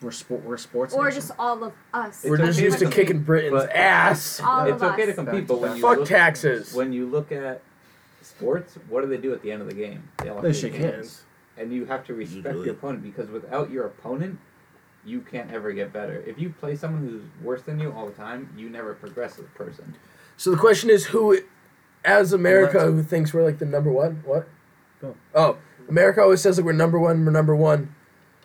D: We're sport. We're sports.
B: or
D: nation.
B: just all of us.
C: We're
E: It's
C: just
E: okay
C: used to
E: to
C: kicking Britain's
E: but-
C: ass.
B: All
E: it's
B: of
E: okay to
B: us.
E: compete, but when you
C: Fuck
E: look,
C: taxes.
E: when you look at sports, what do they do at the end of the game? all
D: They
E: shake
D: shake hands.
E: and you have to respect
A: Usually.
E: your opponent because without your opponent, you can't ever get better. If you play someone who's worse than you all the time, you never progress as a person.
C: So the question is, who, as America,
D: Alexa.
C: who thinks we're like the number one? What?
D: Go.
C: Oh, America always says that we're number one. We're number one.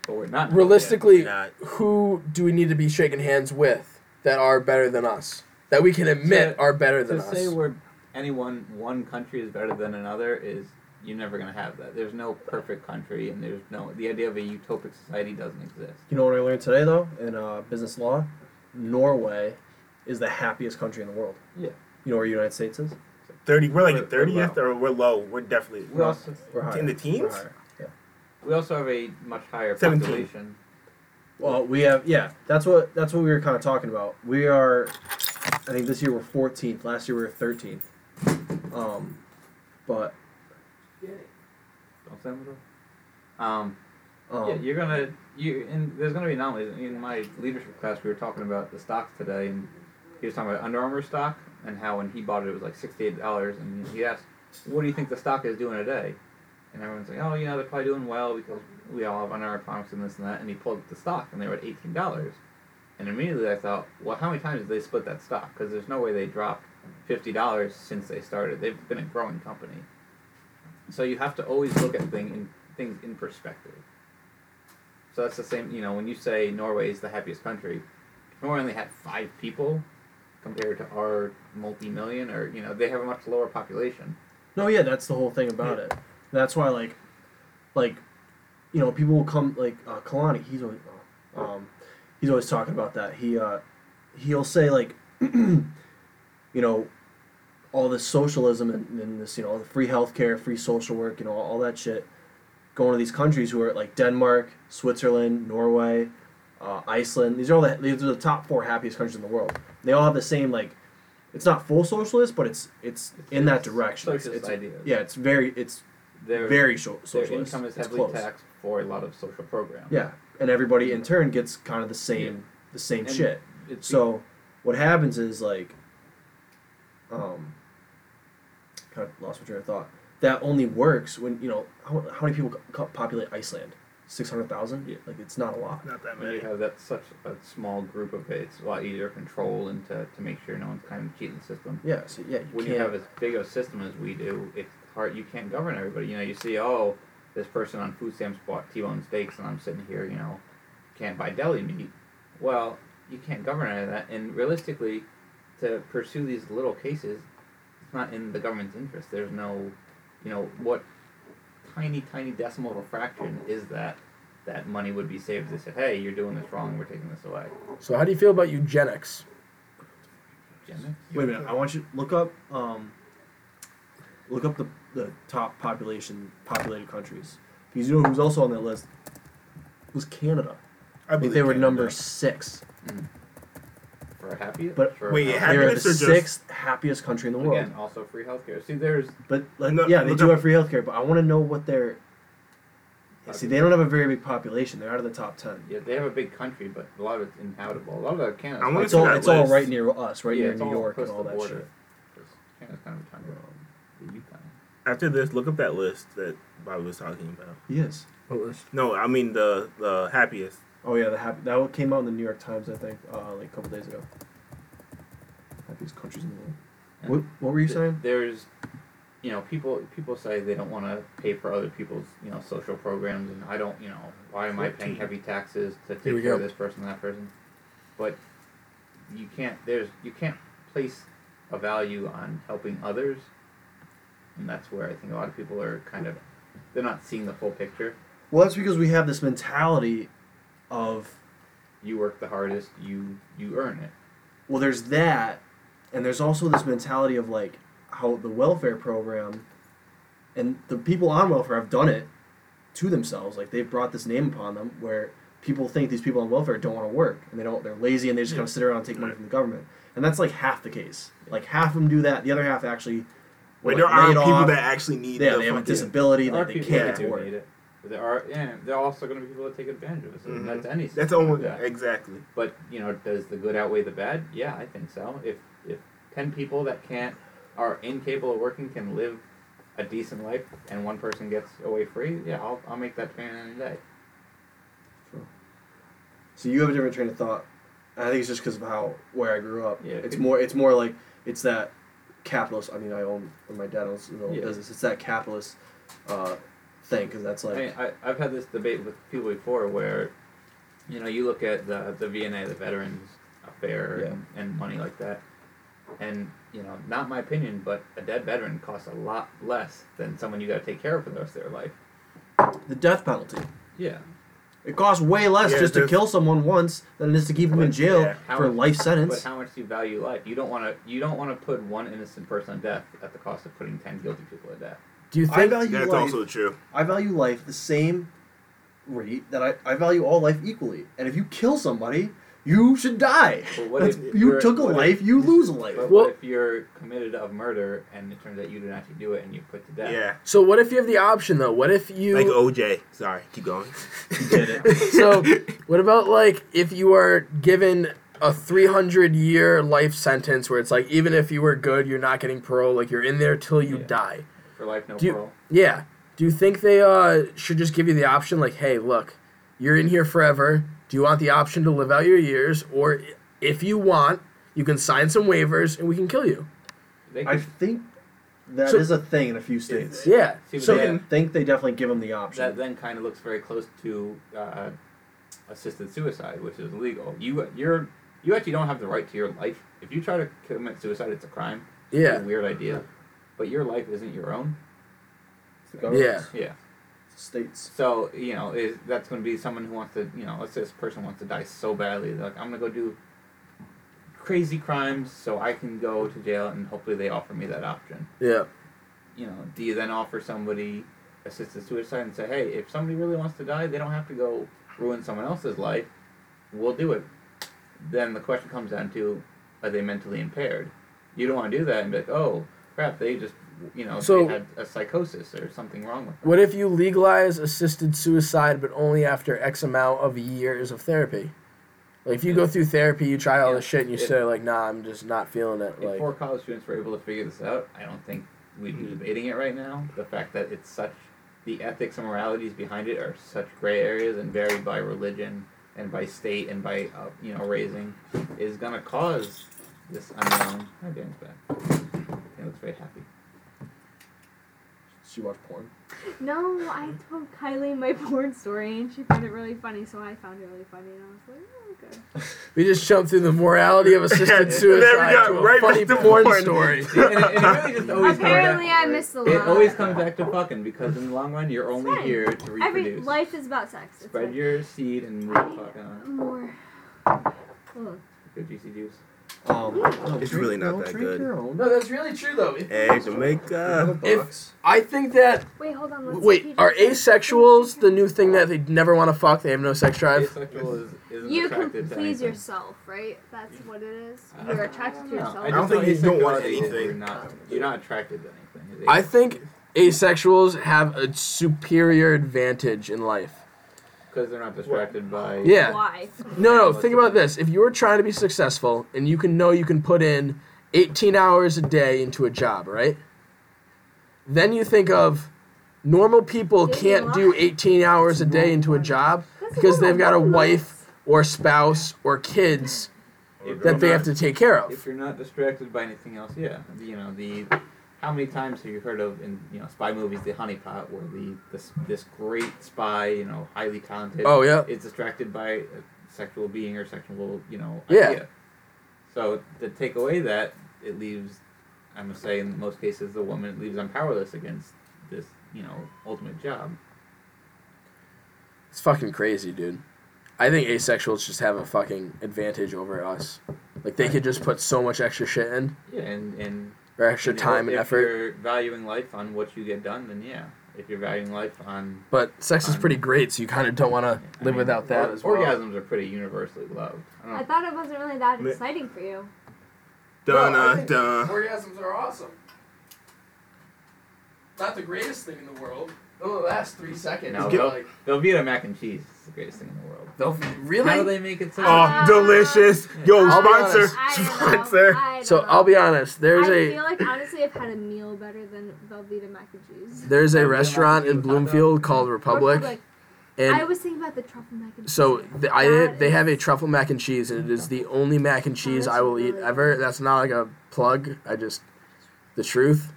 E: But we're not
C: Realistically,
A: Not.
C: who do we need to be shaking hands with that are better than us? That we can admit
E: To-
C: are better
E: To
C: than
E: say
C: us.
E: we're anyone one country is better than another is you're never going to have that. There's no perfect country, and there's no the idea of a utopic society doesn't exist.
D: You know what I learned today though in uh, business law, Norway is the happiest country in the world.
E: Yeah.
D: You know where the United States is?
A: Thirty. We're like
D: We're- we're
A: thirtieth, or we're low. We're definitely
E: We also
D: We're higher.
A: in the
D: We're
A: teens.
D: higher.
E: we also have a much higher
A: 17.
E: population.
D: Well, we have yeah. That's what that's what we were kind of talking about. We are, I think this year we're 14th. Last year we were 13th. Um, but
E: Don't sound little. Um,
D: um,
E: yeah, you're gonna you and there's gonna be anomalies. In my leadership class, we were talking about the stocks today, and he was talking about Under Armour stock and how when he bought it, it was like sixty-eight dollars, and he asked, "What do you think the stock is doing today?" And everyone's like, "Oh, you know, they're probably doing well because we all have Under Armour products and this and that." And he pulled up the stock, and they were at eighteen dollars. And immediately I thought, well, how many times did they split that stock? Because there's no way they dropped fifty dollars since they started. They've been a growing company, so you have to always look at thing in, things in perspective. So that's the same, you know, when you say Norway is the happiest country, Norway only had five people compared to our multi-million, or you know, they have a much lower population.
D: No, yeah, that's the whole thing about it. That's why, like, like, you know, people will come like uh, Kalani. He's always, um, he's always talking about that. He, uh, he'll say like, you know, all this socialism and, and this, you know, all the free healthcare, free social work, you know, all, all that shit. Going to these countries who are like Denmark, Switzerland, Norway, uh, Iceland. These are all the these are the top four happiest countries in the world. They all have the same like. It's not full socialist, but it's it's in that direction. It's,
E: Socialist
D: it's-
E: ideas.
D: yeah, it's very it's
E: Their,
D: very so-
E: their
D: socialist.
E: income is
D: it's
E: heavily
D: close.
E: taxed for a lot of social programs.
D: Yeah, and everybody in turn gets kind of the same
E: Yeah.
D: the same
E: And
D: shit.
E: It's
D: So what happens is like, um, kind of lost my train of thought. That only works when you know how, how many people co- populate Iceland? Six hundred thousand.
E: Yeah.
D: Like it's not a lot.
A: Not that
E: when you
A: many.
E: have that such a small group of it, it's a lot easier to control and to, to make sure no one's kind of cheating the system.
D: Yeah. So yeah, you
E: when
D: can't.
E: you have as big a system as we do, it's hard. You can't govern everybody. You know, you see, oh, this person on food stamps bought T-bone steaks, and I'm sitting here, you know, can't buy deli meat. Well, you can't govern any of that. And realistically, to pursue these little cases, it's not in the government's interest. There's no, you know, what tiny, tiny decimal of a fraction is that that money would be saved? They said, hey, you're doing this wrong. We're taking this away.
C: So how do you feel about eugenics?
E: Jenna?
D: Wait a minute. I want you to look up um, look up the, the top population populated countries. Because you know who's also on that list was Canada.
A: I
D: I think
A: believe
D: they were
A: Canada.
D: number six.
E: For happy,
D: But-
E: for
A: Wait,
E: health-
A: happy-
D: they were the
A: Happiness or just-
D: sixth happiest country in the world.
E: again, also free healthcare. See, there's
D: But like,
A: No,
D: yeah, they
A: look
D: do
A: up-
D: have free healthcare. But I want to know what their see. They don't have a very big population. They're out of the top ten.
E: Yeah, they have a big country, but a lot of it's inhabitable. A lot of the Canada.
A: I wanna
D: It's
A: see
D: all
A: that
D: it's all
A: list.
D: right near us, right near
E: it's
D: New
E: all
D: York
E: close
D: and
E: to
D: all
E: the
D: that
E: border.
D: shit.
E: 'Cause Canada's kind of a tiny little- the Yukon.
A: After this, look up that list that Bobby was talking about.
D: Yes.
C: What was
A: No, I mean the the happiest.
D: Oh yeah, the happy that came out in the New York Times, I think, uh, like a couple days ago. Happiest countries in the world.
E: Yeah.
D: What, what were you
E: Th-
D: saying?
E: There's, you know, people people say they don't want to pay for other people's you know social programs, and I don't, you know, why am I paying heavy taxes to take
C: Here we
E: care of
C: go.
E: this person, that person? But you can't. There's you can't place a value on helping others, and that's where I think a lot of people are kind of they're not seeing the full picture.
D: Well, that's because we have this mentality of
E: You work the hardest, you you earn it.
D: well, there's that, and there's also this mentality of like how the welfare program, and the people on welfare have done it to themselves. Like they've brought this name upon them where people think these people on welfare don't want to work and they don't. They're lazy and they just kind of sit around and take money from the government. And that's like half the case. Like half of them do that. The other half actually. were,
A: Wait, there
D: like,
A: are
D: laid
A: people
D: off.
A: that actually need.
D: yeah,
A: the
D: they have a
A: fucking-
D: disability,
E: There are
D: like they
E: people
D: can't
E: that
D: get to
E: do
D: work.
E: need it. But there are, and there are also going to be people that take advantage of us. and
A: Mhm.
E: That's anything.
A: That's almost
E: Yeah.
A: exactly.
E: But you know, does the good outweigh the bad? Yeah, I think so. If if ten people that can't are incapable of working can live a decent life, and one person gets away free, yeah, I'll, I'll make that train any day.
D: So you have a different train of thought. And I think it's just because of how where I grew up.
E: Yeah,
D: it's
E: it-
D: more. It's more like it's that capitalist. I mean, I own or my dad owns his own
E: Yeah.
D: business. It's that capitalist uh, thing because that's
E: I
D: like
E: mean, I, I've had this debate with people before where, you know, you look at the, the VNA, the Veterans Affair,
D: Yeah.
E: and, and money like that, And you know, not my opinion, but a dead veteran costs a lot less than someone you got to take care of for the rest of their life.
D: The death penalty.
E: Yeah.
D: It costs way less
A: Yeah,
D: just to
A: this-
D: kill someone once than it is to keep them in
A: But,
D: jail
A: yeah,
E: how-
D: for a life
E: But
D: sentence.
E: how much do you value life? You don't want to. You don't want to put one innocent person to death at the cost of putting ten guilty people to death.
C: Do you
D: I
C: think?
D: value
A: That's
D: life.
A: also true.
D: I value life the same rate that I, I value all life equally. And if you kill somebody, you should die.
E: But what
D: That's-
E: if
D: you
E: you're-
D: took a
E: what if-
D: life, you lose a life.
E: But
C: Well-
E: what if you're committed of murder and it turns out you did not actually do it and you put to death?
A: Yeah.
C: So what if you have the option though? What if you?
D: oh.
A: Like OJ. Sorry, keep going.
D: did it.
C: so what about like if you are given a 300 year life sentence where it's like even if you were good you're not getting parole like you're in there till you
E: Yeah.
C: die
E: For life, no
C: Do you-
E: parole.
C: yeah do you think they uh should just give you the option like hey look you're in here forever do you want the option to live out your years or i- if you want you can sign some waivers and we can kill you
E: They
D: I
E: could,
D: think that is
C: So-
D: a thing in a few states.
C: yeah
E: See, but
D: So
E: that-
D: I think they definitely give them the
E: that
D: option.
E: then kind of looks very close to uh, assisted suicide, which is illegal. You you're you actually don't have the right to your life. If you try to commit suicide, it's a crime. It's
C: yeah
E: a weird idea, but your life isn't your own.
C: yeah
E: Yeah.
D: States.
E: So you know is that's going to be someone who wants to you know let's say this person wants to die so badly they're like I'm going to go do crazy crimes so I can go to jail and hopefully they offer me that option.
C: yeah
E: you know, do you then offer somebody assisted suicide and say, hey, if somebody really wants to die, they don't have to go ruin someone else's life. We'll do it. Then the question comes down to, are they mentally impaired? You don't want to do that and be like, oh, crap, they just, you know,
C: So-
E: they had a psychosis or something wrong with them.
C: what if you legalize assisted suicide but only after x amount of years of therapy like if you go through therapy you try all this shit and you
E: Yeah.
C: say like nah i'm just not feeling it
E: If
C: like
E: four college students were able to figure this out, I don't think we'd be
C: Mm-hmm.
E: debating it right now. The fact that it's such, the ethics and moralities behind it are such gray areas and varied by religion and by state and by, uh, you know, raising, is going to cause this unknown. Hi, Dan's back. He looks very happy.
D: She watched porn.
B: No, I told Kylie my porn story and she found it really funny, so I found it really funny and I was like, oh, okay.
C: we just jumped through the morality of
A: There
C: assisted
A: we
C: suicide
A: go,
C: to a
A: right
C: funny
A: back to
C: porn
A: porn.
C: story
E: and, it- and it really just always comes back-
B: Apparently I missed a
E: It
B: lot.
E: always comes back to fucking because in the long run, you're
B: It's
E: only
B: fine.
E: here to reproduce.
B: Every life is about sex. It's
E: Spread
B: like,
E: your seed and move the fuck on.
B: more. Ugh.
E: Good juicy juice.
D: Um, no,
A: It's
D: drink
A: really not
D: your own-
A: that
D: drink
A: good. Uh,
D: Your own.
C: no that's really true though
A: Hey, Jamaica.
D: Another
C: If-
D: box.
C: i think that
B: Wait, hold on. Let's
C: wait
B: repeat
C: are
B: it.
C: asexuals the new thing that they never want to fuck they have no sex drive
E: Asexual is, isn't
B: You
E: attracted
B: can
E: to
B: please
E: anything.
B: yourself, right? That's what it is.
E: I
B: You're
E: don't
B: attracted to
E: know.
B: yourself.
E: I
A: don't
E: just
A: think
E: know
A: you don't want
E: asexuality is
A: anything.
E: You're not, you're not attracted to anything.
C: i think asexuals have a superior advantage in life
E: because they're not distracted by.
C: yeah
B: Why?
C: No, no, think about this. If you're trying to be successful and you can know you can put in 18 hours a day into a job, right? Then you think of normal people
B: It's a
C: can't
B: lot.
C: do 18 hours a day into a job because they've got a wife or spouse or kids
E: If you're
C: that they have
E: not-
C: to take care
E: If
C: of.
E: you're not distracted by anything else, yeah. You know the. How many times have you heard of in you know spy movies the honeypot where the this this great spy you know highly talented
C: Oh, yeah.
E: is distracted by a sexual being or sexual you know
C: Yeah.
E: idea. So to take away that it leaves, I'm gonna say in most cases the woman it leaves them powerless against this you know ultimate job.
C: It's fucking crazy, dude. I think asexuals just have a fucking advantage over us. Like they could just put so much extra shit in,
E: Yeah, and and
C: or extra
E: you know,
C: time and
E: if
C: effort.
E: you're valuing life on what you get done, then yeah. If you're valuing life on
C: But sex is
E: Um,
C: pretty great, so you kind of don't want to
E: I
C: live
E: mean,
C: without that
E: or-
C: as well.
E: Orgasms are pretty universally loved. I
B: I
E: don't,
B: thought it wasn't really that
A: Ma-
B: exciting for you.
A: Dun
C: No, I
A: dun
C: think
A: dun.
C: Orgasms are awesome. Not the greatest thing in the world. It'll last three seconds.
E: No,
C: but,
E: no.
C: like,
E: Velveeta mac and cheese is the greatest thing in the world.
C: they'll-
E: How do
C: really? Ah,
E: they make it so?
A: Oh, delicious. Yo,
C: I'll be
A: sponsor.
B: I don't know.
A: Sponsor.
B: I don't
C: So
B: know.
C: I'll be honest. There's
B: I
C: a
B: feel like honestly, I've had a meal better than Velveeta mac and cheese.
C: there's
E: I'll
C: a
E: be
C: restaurant
E: honest
C: in
E: with you, Taco.
C: Bloomfield called
B: Or
C: Republic,
B: Public. I
C: and
B: was thinking about the truffle mac and cheese.
C: so the, I
B: That
C: they have a
B: is-
C: truffle mac and cheese, and it is the only mac and cheese I will eat
B: really
C: ever. That's not like a plug. I just the truth.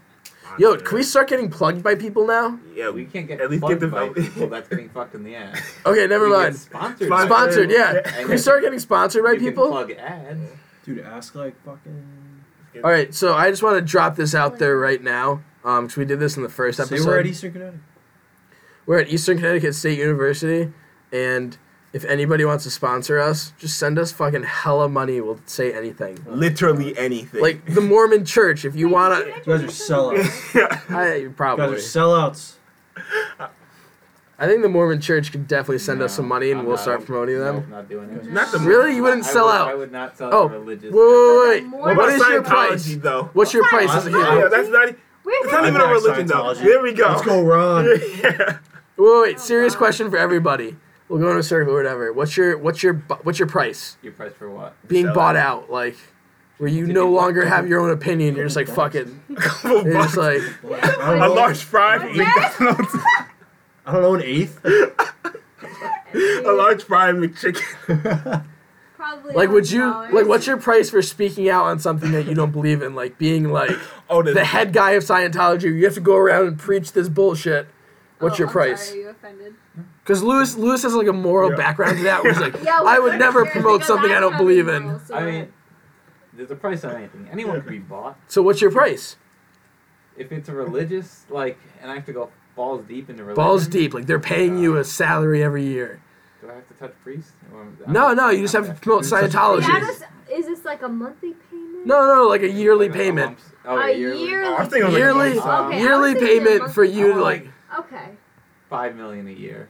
C: Yo, can we start getting plugged by people now?
A: Yeah,
E: We can't get
A: At least
E: fucked
A: get the
E: by
A: Velveeta.
E: people that's getting fucked in the ass.
C: Okay, never
E: We
C: mind.
E: Get sponsored. by
C: Sponsored,
E: them.
C: yeah.
E: And
C: Can we start getting sponsored by
E: you can
C: people?
E: plug ads.
D: Dude, ask like fucking
A: Give-
C: All right, so I just want to drop this out there right now, um, because we did this in the first
D: Say
C: episode.
D: we're at Eastern Connecticut.
C: We're at Eastern Connecticut State University, and if anybody wants to sponsor us, just send us fucking hella money. We'll say anything.
A: Literally anything.
C: Like the Mormon Church, if you wanna,
D: You guys are sellouts.
C: I
D: You guys are
C: probably.
D: sellouts.
C: I think the Mormon Church could definitely send us
E: No,
C: some money, and
E: I'm
C: we'll
E: not-
C: start promoting
E: no,
C: them.
E: Not doing it.
A: Not the
C: Really, you wouldn't
E: I
C: sell
E: would-
C: out.
E: I would not sell
C: Oh,
E: out
C: Wait,
E: religious.
C: wait, wait.
B: What
A: about
C: What is your
A: Scientology,
C: price?
A: though?
C: What's your price?
A: Yeah,
C: Is it
B: Scientology?
C: here?
A: yeah, that's not. e- It's not
D: I'm
A: even a
D: back,
A: religion, though.
D: Scientology.
A: There we go.
D: Let's go, Ron.
A: Yeah.
C: Wait, wait,
B: Oh,
C: serious
B: God.
C: question for everybody. We'll go in a circle or whatever. What's your what's your bu- what's your price
E: Your price for what?
C: being
A: Sell
C: bought out like where you no longer have your own opinion? You're just like fuck it.
A: Couple
C: You're just
A: bucks.
C: like
D: I
A: a
D: don't, know,
A: large fry from
B: Yes.
A: McDonald's.
D: I don't know an eighth.
A: a large fry McChicken.
B: Probably
C: like would you
B: $100.
C: like what's your price for speaking out on something that you don't believe in? Like being like
A: Oh,
C: the
A: the
C: head guy of Scientology. You have to go around and preach this bullshit. What's
B: Oh,
C: your
B: I'm
C: price?
B: Sorry, are you offended?
C: Because Lewis Lewis has like a moral
A: Yeah.
C: background to that. Where he's like,
B: Yeah,
C: I would
B: we're
C: never
B: sure,
C: promote
B: because
C: something I
B: I'm
C: don't
B: having
C: believe in.
B: girls, so-
E: I mean, there's a price on anything. Anyone can be bought.
C: So what's your price?
E: If it's a religious, like, and I have to go balls deep into religion.
C: Balls deep. Like they're paying you a salary every year.
E: Do I have to touch priests? Or- I'm-
C: No, no, you just
E: I'm
C: have to
E: back.
C: promote
D: It's such a-
B: Wait, I
C: Scientology.
B: just- is this like a monthly payment?
C: Oh, No, no, like a yearly
E: Like,
C: payment.
E: Oh,
B: a
E: yearly.
B: yearly.
A: Oh, I'm thinking of like
C: Yearly,
E: lump sum.
B: Okay, I
C: yearly
B: was thinking
C: payment for
B: monthly.
C: you to
E: Oh.
C: like
B: Okay.
E: Five million a year.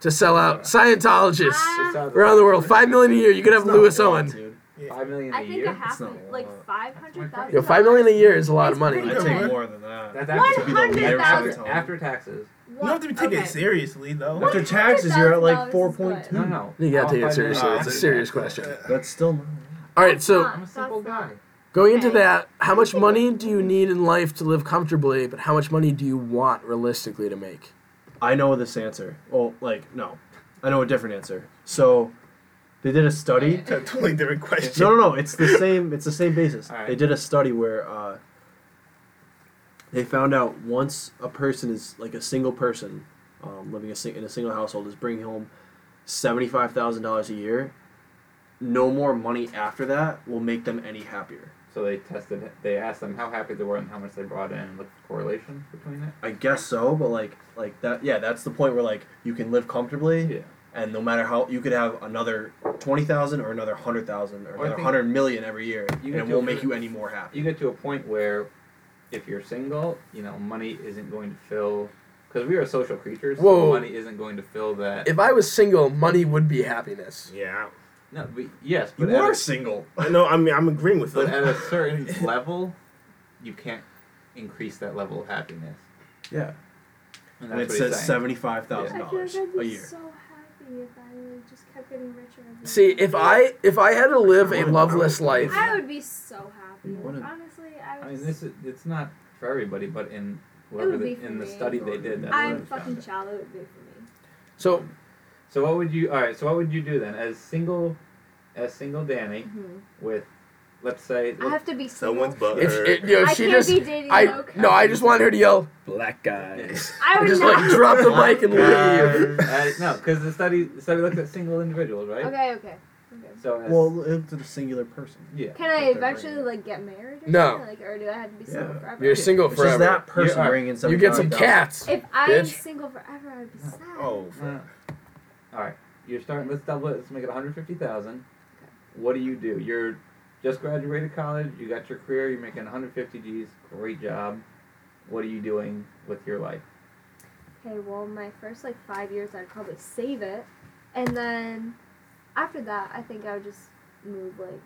C: to sell out Scientologists
B: Ah.
E: Just out of
C: around the world. Five million a year, you could have
D: It's not
C: Lewis
D: a lot,
C: Owen.
D: dude.
E: Five million a
B: I think
E: year.
B: a half,
D: not a
B: like
D: lot.
B: five hundred thousand.
C: Yo, five million a year is a lot of money.
D: I
A: Yeah,
D: take
A: man.
D: more than that.
E: That's after,
D: Be the
B: 100,000.
D: leader
E: after,
D: of
E: after taxes.
A: You don't have to be taken seriously, though.
D: After taxes, you're at like
B: $100,000 is good.
D: 4.2.
E: No, no.
C: Hmm. You gotta
E: All
C: take it
E: five million
C: seriously. It's a
E: dollars.
C: serious question.
D: That's still not.
C: All right, so
E: I'm a simple guy.
C: going into
B: Okay.
C: that, how much money do you need in life to live comfortably? But how much money do you want realistically to make?
D: I know this answer. Well, like, no. I know a different answer. So, they did a study.
A: It's a totally different question.
D: No, no, no. It's the same. It's the same basis.
E: All right.
D: They did a study where uh, they found out once a person is like a single person um, living a sing- in a single household is bringing home seventy five thousand dollars a year. No more money after that will make them any happier.
E: So they tested. They asked them how happy they were and how much they brought in, and looked for correlation between it.
D: I guess so, but like like that. Yeah, that's the point where like you can live comfortably.
E: Yeah.
D: And no matter how you could have another twenty thousand or another hundred thousand
E: Well,
D: or
E: I
D: another
E: think
D: hundred million every year,
E: you
D: and it
E: could
D: won't
E: do-
D: make you any more happy.
E: You get to a point where, if you're single, you know money isn't going to fill. Because we are social creatures, so
C: Whoa.
E: money isn't going to fill that.
C: If I was single, money would be happiness.
A: Yeah.
E: no, but yes,
D: You
E: but at,
D: are
E: a,
D: single.
A: I know. I mean, I'm agreeing with
E: but at
A: them.
E: a certain level, you can't increase that level of happiness.
D: Yeah.
E: And that's
D: And it
E: what
D: says
E: he's saying.
D: seventy five thousand dollars a year.
B: so happy if I like, just kept getting richer. every
C: See,
B: day.
C: if I if I had to live a loveless life,
B: I would be so happy.
D: You wouldn't.
B: Honestly, I
E: I
B: would.
E: mean,
B: s-
E: this is it's not for everybody, but in whatever
B: would
E: the,
B: be for
E: in the
B: me.
E: study they did, that
B: I'm
E: was found
B: fucking
E: it.
B: child. It would be for me.
C: so
E: So what would you? All right. So what would you do then, as single, as single Danny, with, let's say,
B: I have to be single.
A: Someone's butt.
C: if it, you know,
B: I
C: she
B: can't
C: just
B: be dating.
C: I
B: okay.
C: no, I just want her to yell black guys.
B: I
C: I
B: would
C: just
B: not.
C: like drop the mic and leave.
E: Uh, no, because the study the study looks at single individuals, right?
B: Okay, okay. okay.
E: So as,
D: Well, it's a singular person.
E: yeah.
B: Can I
E: that's their
B: eventually
E: brain.
B: like get married? Or
C: No.
B: Something? Like, or do I have to be single
D: Yeah.
B: forever?
C: You're single
D: It's just
C: forever.
D: that person
E: You are-
D: bringing some.
C: You get some cats.
B: If I am
C: Bitch.
B: single forever, I would be sad.
A: Oh,
E: Uh,
B: Mm.
E: all right. You're starting. Let's double it. Let's make it one hundred fifty thousand.
B: Okay.
E: What do you do? You're just graduated college. You got your career. You're making one hundred fifty G's. Great job. What are you doing with your life?
B: Okay, well, my first like five years, I'd probably save it, and then after that, I think I would just move like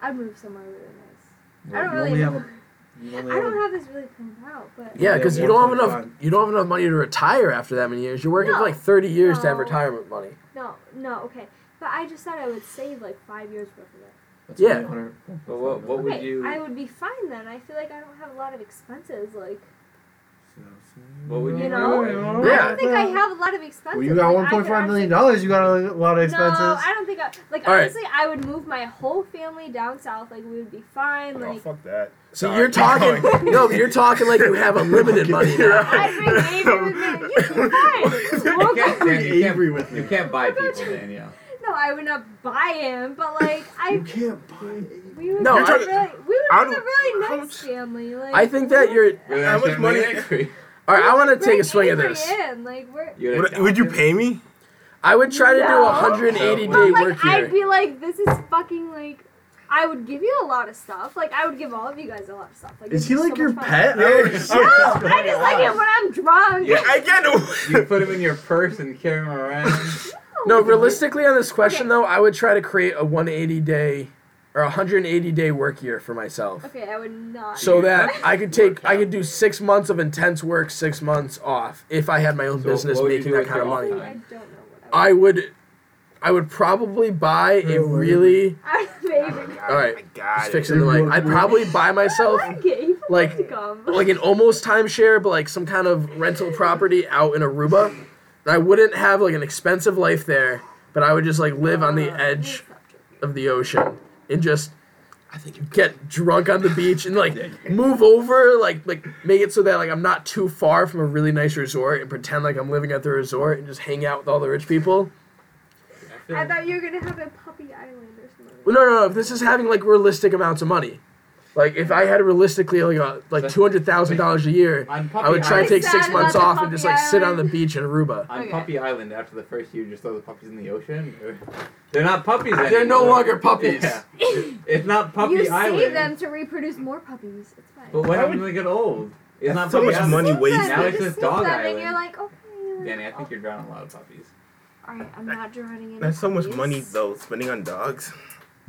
B: I'd move somewhere really nice. I don't
D: you
B: really
D: only
B: know.
D: have
B: I don't have this really planned out, but
C: Yeah,
D: Yeah,
C: because you don't have enough.
D: 1.5.
C: You don't have enough money to retire after that many years. You're working for
B: No.
C: like 30 years to have
B: No.
C: retirement money.
B: no, no, okay. But I just said I would save like five years worth of it.
C: Yeah.
E: But what, what would
B: okay,
E: you?
B: I would be fine then. I feel like I don't have a lot of expenses. Like
E: What would you,
B: You know?
E: do?
C: Yeah.
B: I don't think I have a lot of expenses.
D: Well, you got
B: Like,
D: one
B: I
D: point
B: could
D: five million
B: actually-
D: dollars. You got a lot of expenses.
B: No, I don't think I like
C: All right.
B: honestly I would move my whole family down south, like we would be fine,
A: oh,
B: like
A: fuck that.
C: So
A: Sorry.
C: you're talking. no, but you're talking like you have unlimited money. now.
B: I'd bring Avery with me. You'd be fine.
E: You
B: We'll
E: can't,
B: go-
E: Dan, you, can't,
D: with
E: you can't buy
B: We'll go
E: people,
B: to-
E: Danielle.
B: No, I would not buy him, but like I,
D: can't buy it.
B: we would
C: No,
B: be
C: I-
B: really, we
A: I
B: would
A: don't-
B: be a really
A: how
B: nice
A: much-
B: family. Like
C: I think that you're.
E: Really
A: How
E: nice
A: much
E: family
A: money-
E: Angry.
C: All right, I want to
B: Bring
C: take a swing at
B: Avery
C: this.
B: In. Like we're.
E: You're
A: Would,
E: gonna
A: would you
E: adopt him?
A: pay me?
C: I would try to do a
B: No.
C: 180
E: So-
B: But
C: day
B: like
C: work
B: I'd
C: here.
B: be like, this is fucking like. I would give you a lot of stuff. Like I would give all of you guys a lot of stuff. Like
D: Is
B: it'd
D: he
B: be so
D: like your
B: much fun.
D: pet? Oh,
A: Yeah. No,
D: I don't understand what's
B: I
D: going
B: just like it
D: on.
B: when I'm drunk.
E: Yeah.
A: I
E: You
A: get
E: put him in your purse and carry him around.
C: No, realistically on this question
B: Okay.
C: though, I would try to create a 180 day or 180 day work year for myself.
B: Okay, I would not.
C: So that I could take,
E: Work
C: I could do six months of intense work, six months off, if I had my own
E: So
C: business
E: what would you
C: making
E: do
C: that
E: with
C: kind of
E: your off
C: money.
E: time?
B: I don't know what I
C: I would, I would probably buy a
D: Really?
C: really.
B: would. Maybe.
A: All
C: right.
A: God.
C: Just fixing the mic. I'd probably buy myself
B: I'm gay.
C: like-
B: Like, gum.
C: like an almost timeshare, but like some kind of rental property out in Aruba. And I wouldn't have like an expensive life there, but I would just like live on
E: Ah.
C: the
B: Uh,
C: edge
B: please stop joking.
C: of the ocean and just get drunk on the beach and like move over, like like make it so that like I'm not too far from a really nice resort and pretend like I'm living at the resort and just hang out with all the rich people.
E: feel
B: I
E: like-
B: thought you were gonna have a puppy island or something.
C: Well, no, no, no. If this is having like realistic amounts of money, like if I had realistically like a, like two hundred thousand dollars a year.
E: On Puppy
C: I would try
E: Island,
C: and take
B: Sad
C: six
B: about
C: months
B: the
C: off and
B: puppy
C: just like sit on the
B: island.
C: beach in Aruba.
E: On
B: Okay.
E: Puppy Island, after the first year, you just throw the puppies in the ocean. They're- They're not puppies anymore.
C: They're no longer puppies.
E: Yeah. It's not Puppy
B: you
E: Island.
B: save them to reproduce more puppies. It's fine.
E: But when
A: Why
E: when they get old, it's not
A: That's so
E: Puppy
A: much
B: You
E: Island.
A: money
B: save
A: wasted.
B: them,
E: Now
B: you
E: it's
B: just
E: a
B: save
E: dog
B: them
E: island.
B: And you're like, okay.
E: Danny, I think you're drowning a lot of puppies.
B: All right, I'm not drowning any
A: That's so much
B: puppies.
A: money though, spending on dogs.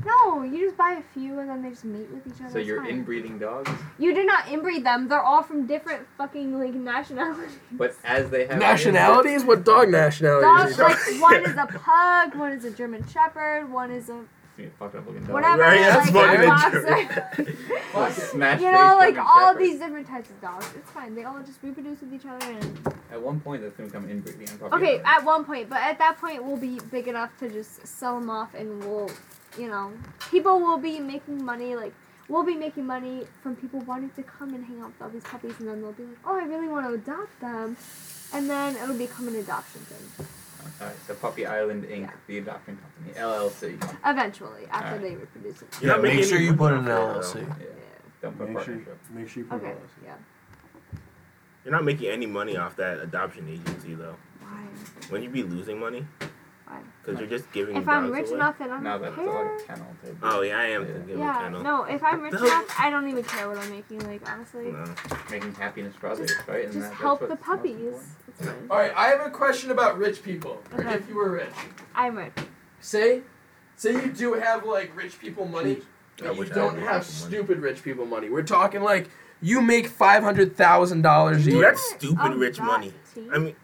B: No, you just buy a few and then they just mate with each other.
E: So
B: it's
E: you're
B: fine.
E: inbreeding dogs,
B: You did not inbreed them. They're all from different fucking like nationalities.
E: but as they have
C: Nationality is what dog nationality
B: Dogs
C: is.
A: Dog-
B: like one is a pug, one is a German Shepherd, one is a
E: Yeah, fucked up looking dog.
B: whatever,
A: Right, that's
B: like
A: fucking
B: a
A: a
B: boxer.
E: Like, smash
B: you know, like
E: German
B: all
E: Shepherd.
B: these different types of dogs. It's fine. They all just reproduce with each other. And...
E: At one point, that's gonna become inbreeding. on Puppy
B: Okay,
E: Island.
B: at one point, but at that point, we'll be big enough to just sell them off, and we'll, you know, people will be making money. Like we'll be making money from people wanting to come and hang out with all these puppies, and then they'll be like, oh, I really want to adopt them, and then it'll become an adoption thing
E: All right, so Puppy Island Inc.,
B: Yeah.
E: the adoption company, LLC.
B: eventually after
E: Alright.
B: they reproduce it.
A: You're not making any money off
D: put
A: of it,
D: an
A: though.
D: LLC.
B: Yeah.
E: Yeah, don't put
D: Make sure,
E: partnership.
D: make sure you put
B: Okay.
D: an LLC.
B: Yeah.
A: You're not making any money off that adoption agency though.
B: Why?
A: Wouldn't you be losing money?
B: Why?
A: Because you're just giving
B: If
A: dogs
B: I'm rich
A: away.
B: enough, then I
E: Now
B: don't
E: that's all
B: care.
E: a kennel table.
A: Oh yeah, I am
E: Yeah.
A: giving a
B: Yeah,
A: kennel.
B: no, if I'm rich
A: What the hell?
B: enough, I don't even care what I'm making, like, honestly.
A: No.
E: Making happiness projects,
B: Just-
E: right?
B: Just
E: that's
B: help
E: what's
B: the
E: most
B: puppies.
E: important.
B: It's fine.
C: All right, I have a question about rich people. Or
B: Okay.
C: If you were rich,
B: I'm rich.
C: say, say you do have like rich people money, but you
A: wish I
C: don't
A: had
C: have
A: rich people money.
C: stupid rich people money. We're talking like you make five hundred thousand dollars a
A: Dude,
C: year.
A: that's
B: Oh
A: stupid rich money. I mean,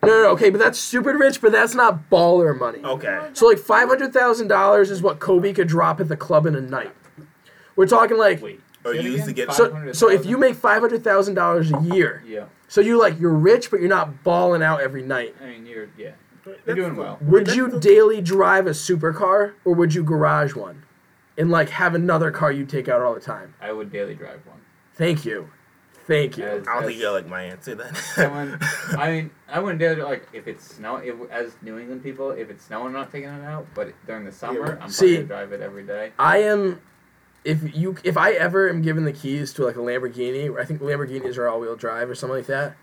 C: No, no, no, okay, but that's stupid rich, but that's not baller money.
A: okay.
C: So like five hundred thousand dollars is what Kobe could drop at the club in a night. We're talking like
E: Wait.
A: Or
E: say it
A: used to
E: again?
A: get-
C: so. So if
E: 500,000?
C: you make five hundred thousand dollars a year,
E: Yeah.
C: so you like you're rich, but you're not balling out every night.
E: I mean, you're, yeah. You're
A: That's-
E: doing well.
C: Would
A: That's
C: you
A: the-
C: daily drive a supercar or would you garage one, and like have another car you take out all the time?
E: I would daily drive one.
C: Thank you, thank you.
E: As-
A: I don't
E: as
A: think you'll like my answer then.
E: someone- I mean, I wouldn't daily drive, like, if it's snowing, if, as New England people, if it's snowing, I'm not taking it out, but during the summer, I'm probably
C: See-
E: going to drive it every day.
C: I am. If you if I ever am given the keys to like a Lamborghini, I think Lamborghinis are all wheel drive or something like that,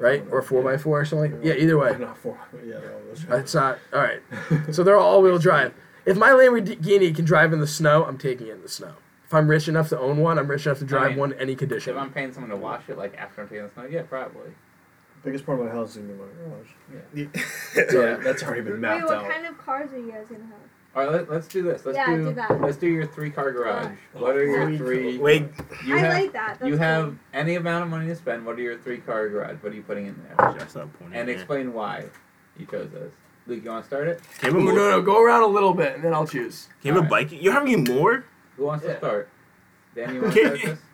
C: right? Or four x four or something. Like, yeah, either way.
D: Not four. Yeah, no,
C: That's not all right. So they're all wheel drive. If my Lamborghini can drive in the snow, I'm taking it in the snow. If I'm rich enough to own one, I'm rich enough to drive
E: mean,
C: one any
E: If I'm
C: condition.
E: paying someone to wash it, like, after I'm taking the snow, yeah, probably.
D: biggest part of my house is gonna be my garage.
A: Yeah.
D: So that's already been
B: Wait,
D: mapped
B: what
D: out.
B: kind of cars are you guys gonna have?
E: All right, let, let's do this. Let's
B: Yeah,
E: do,
B: do that.
E: Let's do your three car garage. What are your
B: Yeah.
E: three?
A: Wait,
E: you
B: I
E: have
B: like that. That's
E: you have
B: cool.
E: any amount of money to spend. What are your three car garage? What are you putting in there?
A: That's not pointing.
E: And
A: there.
E: explain why you chose those. Luke, you want to start it?
A: Can we more?
C: go around a little bit and then I'll choose.
A: Can we
E: Alright.
A: bike? You're having more?
E: Who wants
C: Yeah.
E: to start? Dan, you want
A: Okay.
E: to start this?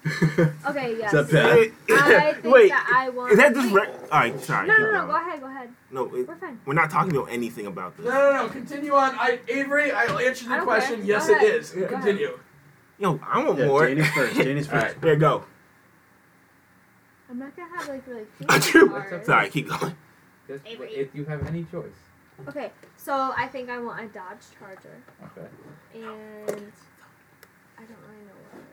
B: Okay, yes.
D: that bad?
A: Wait,
B: I think
A: wait,
B: that I want.
A: is that just?
B: Wait.
A: Re- All right, sorry.
B: No,
A: keep
B: no, no.
A: going.
B: Go ahead. Go ahead.
A: No, it,
B: We're fine.
A: we're not talking about anything about this.
C: no, no. Continue on. I Avery, I answered
B: the I don't question. care. Yes, Go it ahead. is. Go ahead. Continue.
A: Yo, I want
D: Yeah,
A: more.
D: Danny's first. Danny's
E: All
D: first.
E: right.
A: There, go.
B: I'm not gonna have like really fancy
A: Achoo.
B: cars.
A: Sorry, keep going.
E: Just,
B: Avery.
E: if you have any choice.
B: Okay, so I think I want a Dodge Charger,
E: Okay.
B: and I don't really know what it is.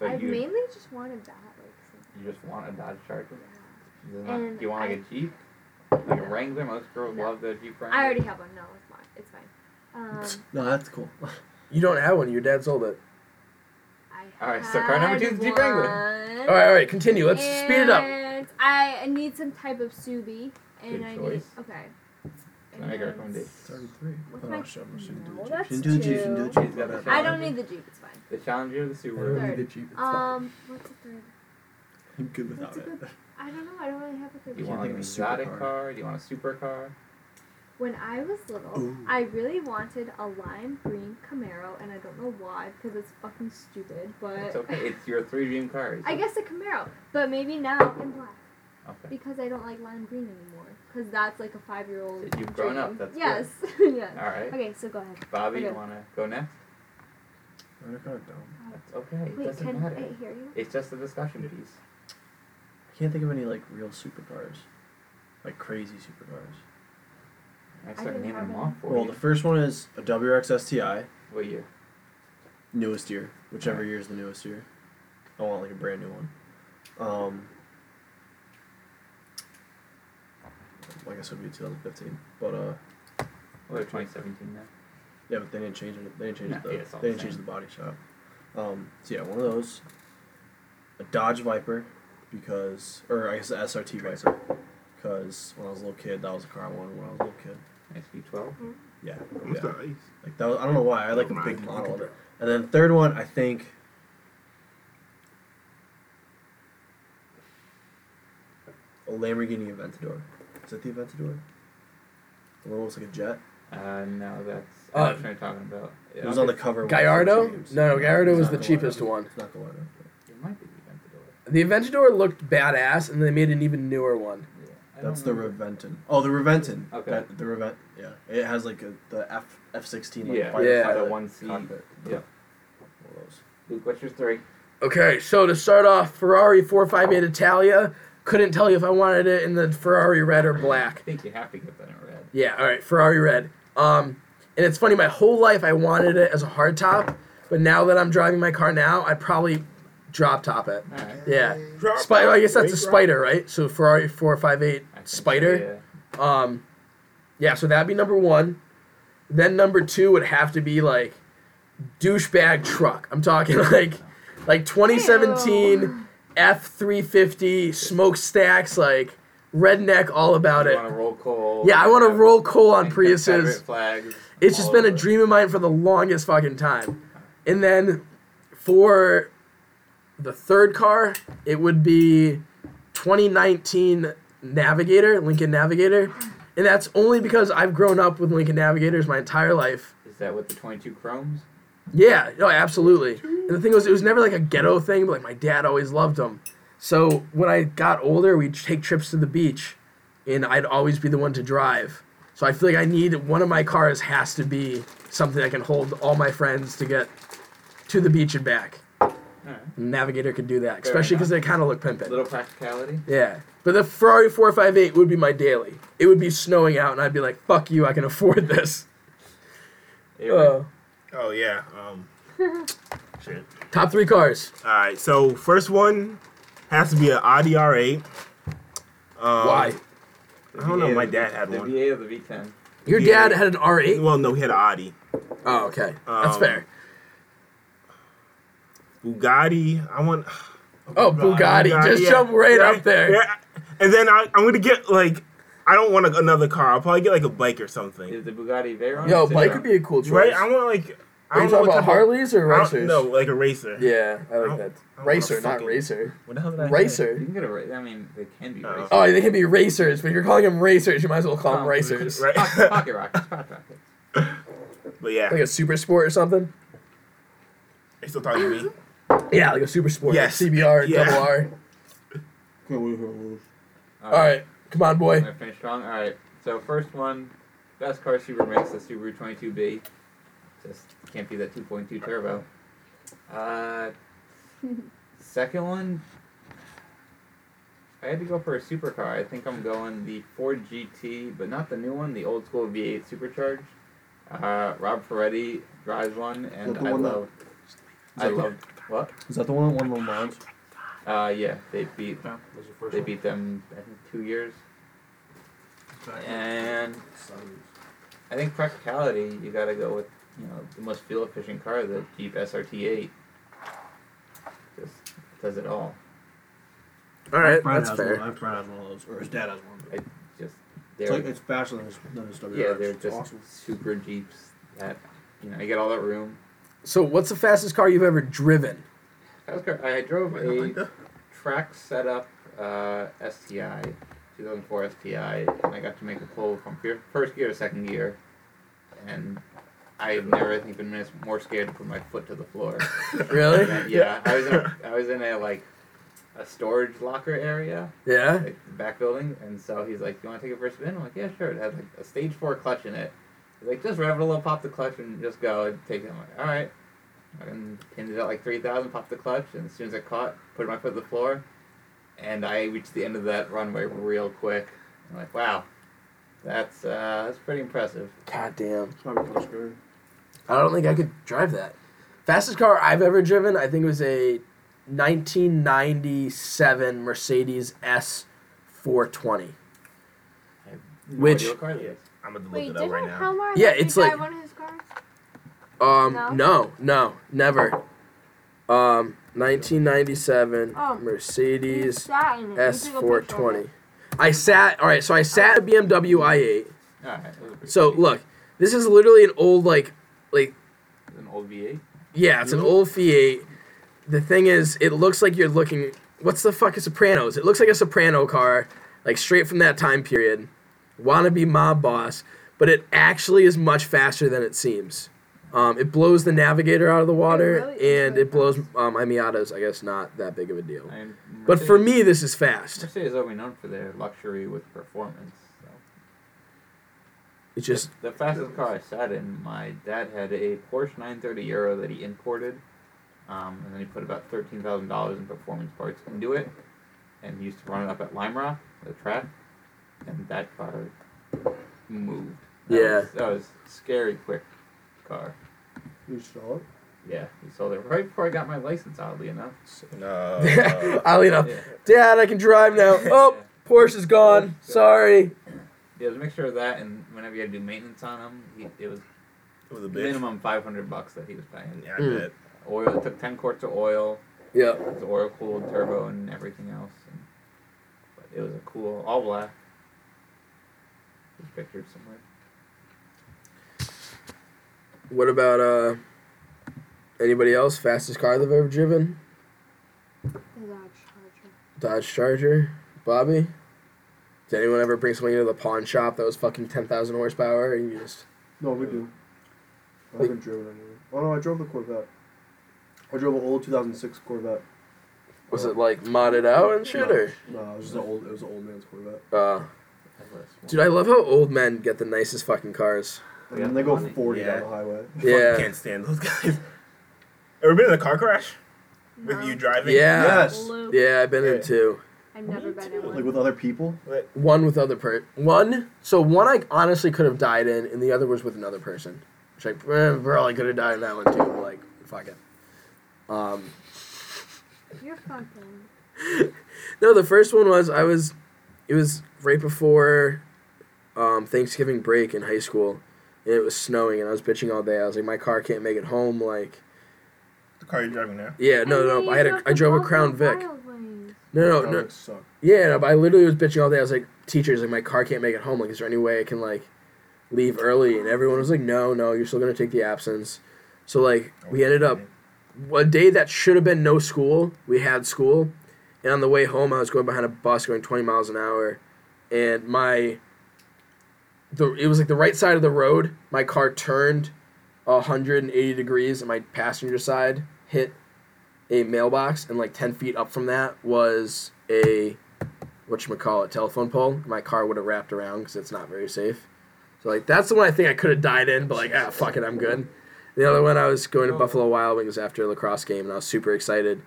E: So
B: I
E: you,
B: mainly just wanted that, like,
E: you just want a Dodge Charger?
B: since-
E: You do not-
B: And
E: do you want like a Jeep? Like a Wrangler? Most girls
B: No.
E: love their Jeep Wrangler.
B: I already have one. No, it's mine. It's fine. Um,
D: No, that's cool.
C: You don't have one. Your dad sold it.
B: I
E: All right, so card number two is
B: had
E: Jeep Wrangler.
B: one,
C: All right, all right. Continue. Let's speed it up.
B: and I need some type of Subi, and
E: Good
B: I
E: choice.
B: need okay.
E: Can I make a
B: And-
E: recommendation?
D: three.
B: What's my- no, that's
D: She didn't do the Jeep. She didn't do the
B: two.
D: Jeep.
E: She's got the
B: I don't need the Jeep. It's fine.
E: The Challenger, the Subaru.
B: Third.
D: Jeep. It's fine.
B: Um, what's the third?
D: I'm good without
B: That's a
D: it.
B: I don't know. I don't really have a
E: Do you
B: third.
E: want like an
D: think of a
E: exotic
D: supercar.
E: car? Do you want a supercar?
B: When I was little,
D: Ooh.
B: I really wanted a lime green Camaro, and I don't know why because it's fucking stupid. But
E: It's okay. It's your three dream cars.
B: I guess a Camaro, but maybe now in black.
E: Okay.
B: Because I don't like lime green anymore. Because that's like a five year old.
E: So you've grown up, that's
B: Yes.
E: All
B: yes.
E: right.
B: Okay, so go ahead.
E: Bobby, you
B: Okay.
E: wanna go next?
D: I can't know.
E: That's okay. It
B: Wait,
E: doesn't
B: can
E: matter.
B: I hear you?
E: It's just a discussion piece.
D: I can't think of any like real supercars, like crazy supercars.
E: I
B: I
E: start
B: didn't
E: naming
B: have
E: them
B: any.
E: off for
D: Well,
E: you.
D: the first one is a WRX STI,
E: What year?
D: newest year, whichever year is the newest year. I want like a brand new one. Um, I guess it would be 2015, but uh,
E: Well, 2017 now.
D: yeah, but they didn't change it. They didn't change
E: No,
D: the.
E: yeah, it's all
D: they
E: the
D: didn't change the
E: same.
D: body shop. Um, so yeah, one of those. A Dodge Viper, because or I guess a SRT Viper, because when I was a little kid, that was the car I wanted when I was a little kid.
E: SB12.
D: Yeah,
A: What's
D: yeah.
A: that ice?
D: Like that was, I don't know why I like a
A: Never
D: big
A: mind.
D: model. And then third one, I think. A Lamborghini Aventador. Is that the Aventador? The one that looks like a jet.
E: Uh, no, that's.
C: Uh,
E: I know what you're talking about.
D: It was on the cover. of one of
C: Gallardo?
D: those games.
C: No, no, Gallardo
D: It's
C: was
D: not
C: the cheapest one.
D: It's not Gallardo.
E: It might be the Aventador.
C: The Aventador looked badass, and they made an even newer one.
E: Yeah. I
D: That's the
E: don't remember.
D: Reventon. Oh, the Reventon.
E: Okay.
D: That, the Revent. Yeah. It has like a, the F F sixteen like
E: Yeah.
C: Yeah.
D: firefighter
E: The one seat.
D: cockpit.
E: Yeah.
D: One of those.
E: Luke, what's your three?
C: Okay, so to start off, Ferrari 458 Italia. Couldn't tell you if I wanted it in the Ferrari red or
E: I
C: black.
E: think you have to get that in red.
C: Yeah, all right, Ferrari red. Um, and it's funny, my whole life I wanted it as a hardtop, but now that I'm driving my car now, I probably drop top it.
E: All right.
C: Yeah,
A: Drop
C: spider. I guess that's a
A: Drop.
C: spider, right? So Ferrari 458
E: I think so,
C: spider. Um, yeah, so that'd be number one. Then number two would have to be like douchebag truck. I'm talking like like 2017 F350 smokestacks, like redneck all
E: yeah.
C: about
E: You
C: it.
E: want to roll coal.
C: Yeah, I want to
E: have-
C: roll coal on
E: and Confederate
C: Priuses.
E: Flags
C: It's just
E: all
C: been a
E: over.
C: dream of mine for the longest fucking time. And then for the third car, it would be 2019 Navigator, Lincoln Navigator. And that's only because I've grown up with Lincoln Navigators my entire life.
E: Is that with the 22 chromes?
C: Yeah, no, absolutely. And the thing was, it was never like a ghetto thing, but like my dad always loved them. So when I got older, we'd take trips to the beach, and I'd always be the one to drive. So I feel like I need one of my cars has to be something that can hold all my friends to get to the beach and back.
E: All right.
C: Navigator could do that,
E: Fair
C: especially because
E: enough.
C: they kind of look pimpin'.
E: Little practicality.
C: Yeah, but the Ferrari 458 would be my daily. It would be snowing out, and I'd be like, "Fuck you, I can afford this."
E: Avery,
C: Uh,
A: Oh yeah. Um. shit.
C: top three cars.
A: All right. So first one has to be an Audi R8. Um,
C: Why?
E: the
A: I don't know,
E: V8
A: my
E: or the-
A: dad had one.
E: The V8 or the V10.
C: Your
A: Yeah.
C: dad had an R8.
A: Well, no, he had an Audi.
C: Oh, okay. That's
A: Um,
C: fair.
A: Bugatti. I want.
C: Oh, Bugatti. Just
A: yeah,
C: jump right
A: yeah,
C: up there.
A: yeah. And then I, I'm gonna get like. I don't want a, another car. I'll probably get like a bike or something.
E: Is the Bugatti Veyron?
C: Yo,
E: or the
C: bike
E: Veyron?
C: would be a cool choice.
A: Right? I want like. I
C: Are
A: don't know
C: you talking
A: what
C: about
A: type of-
C: Harleys or
A: I don't-
C: racers?
A: No, like a racer.
C: Yeah, I
A: I
C: like
A: don't-
C: that.
A: I don't
C: Racer,
A: wanna
C: not
A: fucking-
C: racer.
D: What the hell did I say?
E: You
C: Racer.
E: can get a. Ra- I mean, they can be
A: Uh,
E: racers.
C: Oh, they can be racers, but you're calling them racers. You might as well call them
E: Oh,
C: racers.
A: Right.
E: Pocket, pocket rockets. Pocket rockets.
A: But yeah,
C: Like a super sport or something?
A: are you still talking to me?
C: Yeah, like a super sport.
A: Yes.
C: CBR,
A: Yeah.
C: double R. All
E: All
C: right. Come on, boy.
E: I finished strong. All right. So first one, best car Subaru makes the Subaru 22B. Just can't be that 2.2 turbo. Uh, second one, I had to go for a supercar. I think I'm going the Ford GT, but not the new one, the old school V8 supercharged. Uh, Rob Ferretti drives one, and
D: Is that the
E: I
D: one that-
E: love.
D: Is
E: I
D: that-
E: love what?
D: Is that the one that won Le Mans?
E: Uh, yeah, they beat
F: was your first
E: they
F: one?
E: beat them. I think two years,
F: Back
E: and
F: in the
E: I think practicality, you gotta go with you know the most fuel efficient car, the Jeep SRT8. Just does it all.
C: All right,
D: 70s.
C: that's fair.
D: One, my friend has one of those, or his dad has one.
E: I just
D: It's
E: they're
D: like it's faster than his, than his WRX.
E: yeah they're
D: It's
E: just
D: awesome.
E: super Jeeps that you know you get all that room.
C: So, what's the fastest car you've ever driven?
E: That was great. I drove a track setup uh, STI, 2004 STI, and I got to make a pull from fir- first gear to second gear, and I've never I think been mis- more scared to put my foot to the floor.
C: Really?
E: yeah, yeah, I was in a, I was in a like a storage locker area,
C: Yeah.
E: like the back building, and so he's like, "You want to take it for a spin?" I'm like, "Yeah, sure." It had like a stage four clutch in it. He's like, "Just rev it a little, pop the clutch, and just go and take it." I'm like, "All right." And pinned it at like three thousand, popped the clutch, and as soon as I caught, put my foot to the floor, and I reached the end of that runway real quick. I'm like, "Wow, that's uh, that's pretty impressive."
C: God damn.
D: It's probably close to-
C: I don't think I could drive that. Fastest car I've ever driven, I think it was a 1997 Mercedes S420.
E: No
C: Which-
E: idea what car that is.
A: I'm gonna
B: Wait,
A: look it up
B: didn't
A: right now.
B: Helmar
C: Yeah,
B: let you
C: it's like-
B: drive one of his cars?
C: Um,
B: No?
C: no, no, never. Um, 1997
B: Oh. You
C: Mercedes
B: sat in it. You took a picture of
C: S420.
B: it.
C: I sat, all right, so I sat a BMW i8.
E: All right, it was a pretty
C: So
E: big-
C: look, this is literally an old like
E: an old V8.
C: yeah, it's an old V8. The thing is, it looks like you're looking. What's the fuck is Sopranos? It looks like a Soprano car, like straight from that time period. Wannabe mob boss, but it actually is much faster than it seems. Um, it blows the Navigator out of the water,
B: really is
C: and
B: really
C: it blows um, my Miata's. I guess not that big of a deal.
E: And
C: But for
E: Mercedes-
C: me, this is fast.
E: Mercedes is already known for their luxury with performance. So.
C: It's just
E: the fastest car I sat in, my dad had a Porsche 930 Euro that he imported, um, and then he put about thirteen thousand dollars in performance parts into it, and he used to run it up at Lime Rock, the track, and that car moved. That
C: Yeah.
E: was, that was scary quick car.
D: You saw it?
E: Yeah, he sold it right before I got my license. Oddly enough,
A: No.
C: I'll enough.
E: yeah.
C: Dad, I can drive now. Oh, Porsche is gone. Sorry.
E: Yeah, it was a mixture of that, and whenever you had to do maintenance on him, he, it was
A: it was a bitch.
E: minimum five hundred bucks that he was paying.
A: Yeah, I
C: Mm.
A: bet.
E: Oil. It took ten quarts of oil.
C: Yeah.
E: It was oil cooled turbo and everything else. And, but it was a cool all black. There's pictures somewhere.
C: What about uh anybody else? Fastest car they've ever driven?
B: The Dodge Charger.
C: Dodge Charger. Bobby. Did anyone ever bring something into the pawn shop that was fucking ten thousand horsepower and you just
D: No, we do. I haven't driven anything. Oh no, I drove the Corvette. I drove an old 2006 Corvette.
C: was it like modded out and shit or?
D: No, it was just an old. It was an old man's Corvette.
C: Uh,
E: That's what it's-
C: dude, I love how old men get the nicest fucking cars.
D: And then they go
E: Funny.
D: 40
A: Yeah.
D: down the highway.
A: Fucking
C: Yeah.
A: can't stand those guys. Ever been in a car crash with
B: No.
A: you driving?
C: Yeah.
D: Yes.
B: Luke.
C: Yeah, I've been in
A: Yeah.
C: two.
B: I've never been in one.
D: Like with other people.
C: One with other per one. So one I honestly could have died in, and the other was with another person. Which I eh, probably could have died in that one too. but, Like fuck it. Um,
B: You're fucking.
C: No, the first one was I was, it was right before um, Thanksgiving break in high school, and it was snowing, and I was bitching all day. I was like, my car can't make it home. Like,
A: The car you're driving now.
C: yeah, no, no, I had a, I drove a Crown Vic. No, no, no,
D: That suck.
C: yeah, no, but I literally was bitching all day. I was like, teachers, like my car can't make it home. Like, is there any way I can like leave early? And everyone was like, no, no, you're still gonna take the absence. So like, we ended up a day that should have been no school, we had school. And on the way home, I was going behind a bus going 20 miles an hour. And my, the, it was like the right side of the road. My car turned 180 degrees, and my passenger side hit a mailbox. And like 10 feet up from that was a, whatchamacallit, telephone pole. My car would have wrapped around because it's not very safe. So like, that's the one I think I could have died in, but like, ah, fuck it, I'm good. The other one, I was going to Buffalo Wild Wings after a lacrosse game, and I was super excited.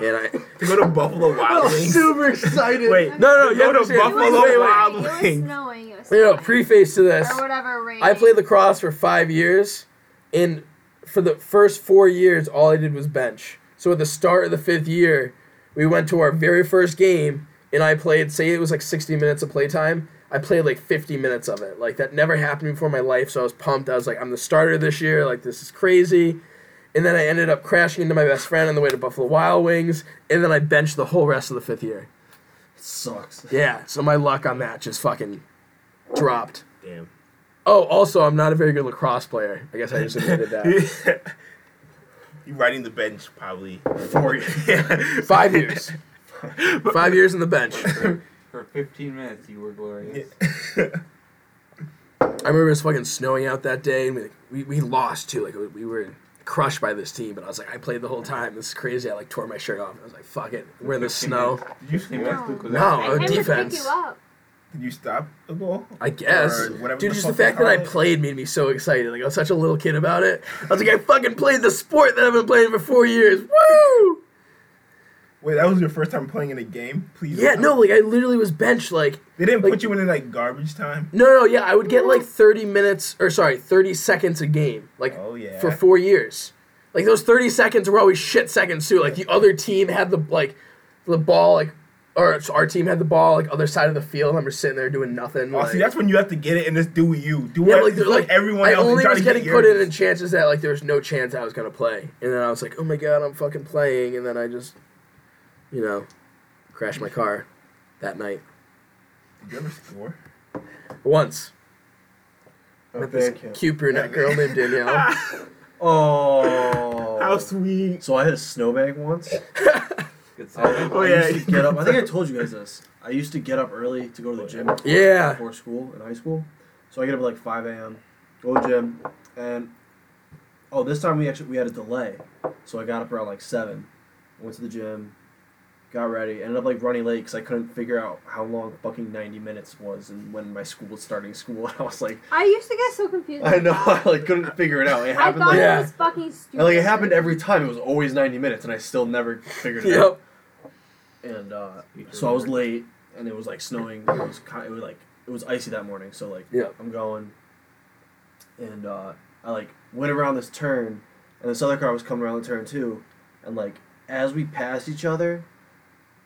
C: and I
A: To go to Buffalo Wild Wings.
D: super Oh, excited.
A: Wait,
C: no no
A: To
C: you
A: go to
C: understand.
B: It
A: Buffalo
B: was
A: Buffalo
C: Wait, wait, wait.
A: Wild
B: snowing. It was
A: Wings.
B: snowing. It was
C: You know,
B: snowing.
C: preface to this.
B: or whatever. Rain.
C: I played lacrosse for five years, and for the first four years, all I did was bench. So at the start of the fifth year, we went to our very first game, and I played. Say it was like sixty minutes of playtime. I played like fifty minutes of it. Like that never happened before in my life. So I was pumped. I was like, I'm the starter this year. Like this is crazy. And then I ended up crashing into my best friend on the way to Buffalo Wild Wings, and then I benched the whole rest of the fifth year.
D: It sucks.
C: Yeah, so my luck on that just fucking dropped.
A: Damn.
C: Oh, also, I'm not a very good lacrosse player. I guess I just admitted that.
A: you riding the bench probably.
D: Four years.
C: Five years. Five years on the bench.
E: For, for 15 minutes, you were glorious.
C: I remember it was fucking snowing out that day, and we, we, we lost too. Like, we were crushed by this team, but I was like, I played the whole time. This is crazy. I, like, tore my shirt off. I was like, fuck it. We're in the snow.
E: Usually,
B: No.
E: minutes Luke was
C: No,
E: out.
B: I
C: Oh,
B: had
C: defense.
B: To pick you up.
A: Did you stop the goal?
C: I guess.
A: Or whatever
C: Dude,
A: the
C: just the
A: fuck Oh, they
C: fact that I
A: call it.
C: played made me so excited. Like, I was such a little kid about it. I was like, I fucking played the sport that I've been playing for four years. Woo!
A: Wait, that was your first time playing in a game? Please.
C: Yeah, no, like, I literally was benched, like,
A: They didn't
C: like-
A: put you in like garbage time.
C: No, no, yeah, I would get like 30 minutes, or sorry, 30 seconds a game, like
A: Oh, yeah.
C: for four years. Like those 30 seconds were always shit seconds too. Like the other team had the like the ball, like or so our team had the ball, like other side of the field, and we're sitting there doing nothing.
A: Oh,
C: like,
A: see, that's when you have to get it and just do what you do.
C: yeah,
A: what,
C: like, they're, like
A: everyone
C: I
A: else and
C: only
A: try
C: was
A: to get
C: getting put in
A: yours.
C: in chances that like there was no chance I was gonna play, and then I was like, oh my god, I'm fucking playing, and then I just, you know, crashed my car that night
A: Did you ever score?
C: once.
D: At
A: Oh,
C: Met this cute brunette girl named Danielle.
D: Oh.
A: How sweet.
D: So I had a snowbank once.
E: Good
D: I,
E: sign.
A: Oh,
D: I
A: yeah.
D: used to get up. I think I told you guys this. I used to get up early to go to the gym before,
C: Yeah.
D: before school in high school. So I get up at like 5 a.m. Go to the gym, and oh, this time we actually we had a delay, so I got up around like seven. Went to the gym, got ready. Ended up like running late because I couldn't figure out how long fucking 90 minutes was and when my school was starting school. And I was like,
B: I used to get so confused.
D: I know I like couldn't figure it out. It
B: I
D: happened
B: thought
D: like.
C: Yeah.
B: it was fucking stupid.
D: And like it happened every time, it was always ninety minutes, and I still never figured it out.
C: Yep.
D: And uh, so I was late, and it was like snowing. It was kind it was like it was icy that morning. So like
C: Yep.
D: I'm going, and uh, I like went around this turn, and this other car was coming around the turn too, and like as we passed each other,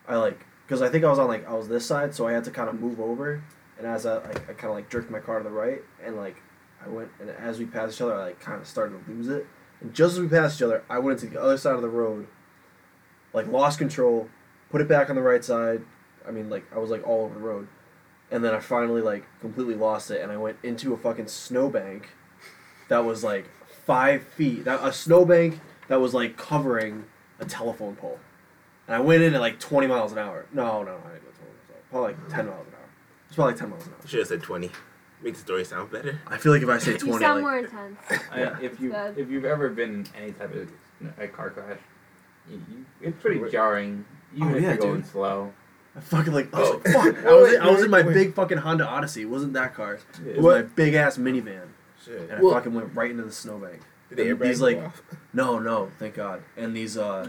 D: I like because I think I was on like I was this side, so I had to kind of move over, and as I like I kind of like jerked my car to the right, and like I went, and as we passed each other, I like kind of started to lose it, and just as we passed each other, I went into the other side of the road, like lost control, put it back on the right side. I mean, like I was like all over the road, and then I finally like completely lost it, and I went into a fucking snowbank, that was like five feet. That a snowbank that was like covering a telephone pole, and I went in at like twenty miles an hour. No, no, I didn't go twenty miles an hour. Probably like ten miles an hour. It's probably like ten miles an hour.
A: should have said 20. Make the story sound better.
D: I feel like if I say
B: You
D: twenty,
B: sound
D: like-
B: more intense.
E: I, if you
B: Sad.
E: if you've ever been in any type of a car crash, you, you, it's pretty jarring. Even
D: Oh,
E: if
D: yeah,
E: you're going
D: dude.
E: slow,
D: I fucking like, I was like, fuck. I was, in, I was in my
A: Wait.
D: big fucking Honda Odyssey. It wasn't that car. It was
A: What?
D: my big ass minivan,
A: Shit.
D: and I
C: Well-
D: fucking went right into the snowbank.
A: Did the
D: And
A: airbag
D: these,
A: go
D: like-
A: off?
D: No, no, thank God. And these, uh,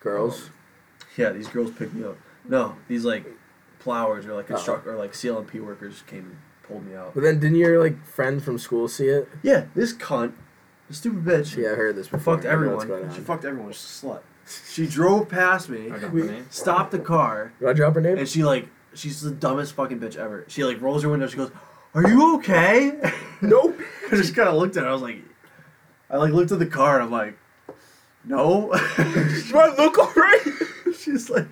C: Girls.
D: yeah, these girls picked me up. No, these like plowers or like construct
C: Uh-huh.
D: or like CLMP workers came and pulled me out.
C: But then didn't your like friend from school see it?
D: Yeah, this cunt, this stupid bitch,
C: Yeah, I heard this before.
D: fucked
C: I know what's
D: everyone.
C: going
D: She
C: on.
D: fucked everyone. She's a slut. She drove past me,
E: I got
D: we
E: the name.
D: stopped the car,
C: Did I drop her name?
D: and she like, she's the dumbest fucking bitch ever. She like rolls her window. She goes, "Are you okay?"
A: Nope.
D: I just kind of looked at her. I was like, I like looked at the car and I'm like, no.
A: Bro, look already.
D: She's like,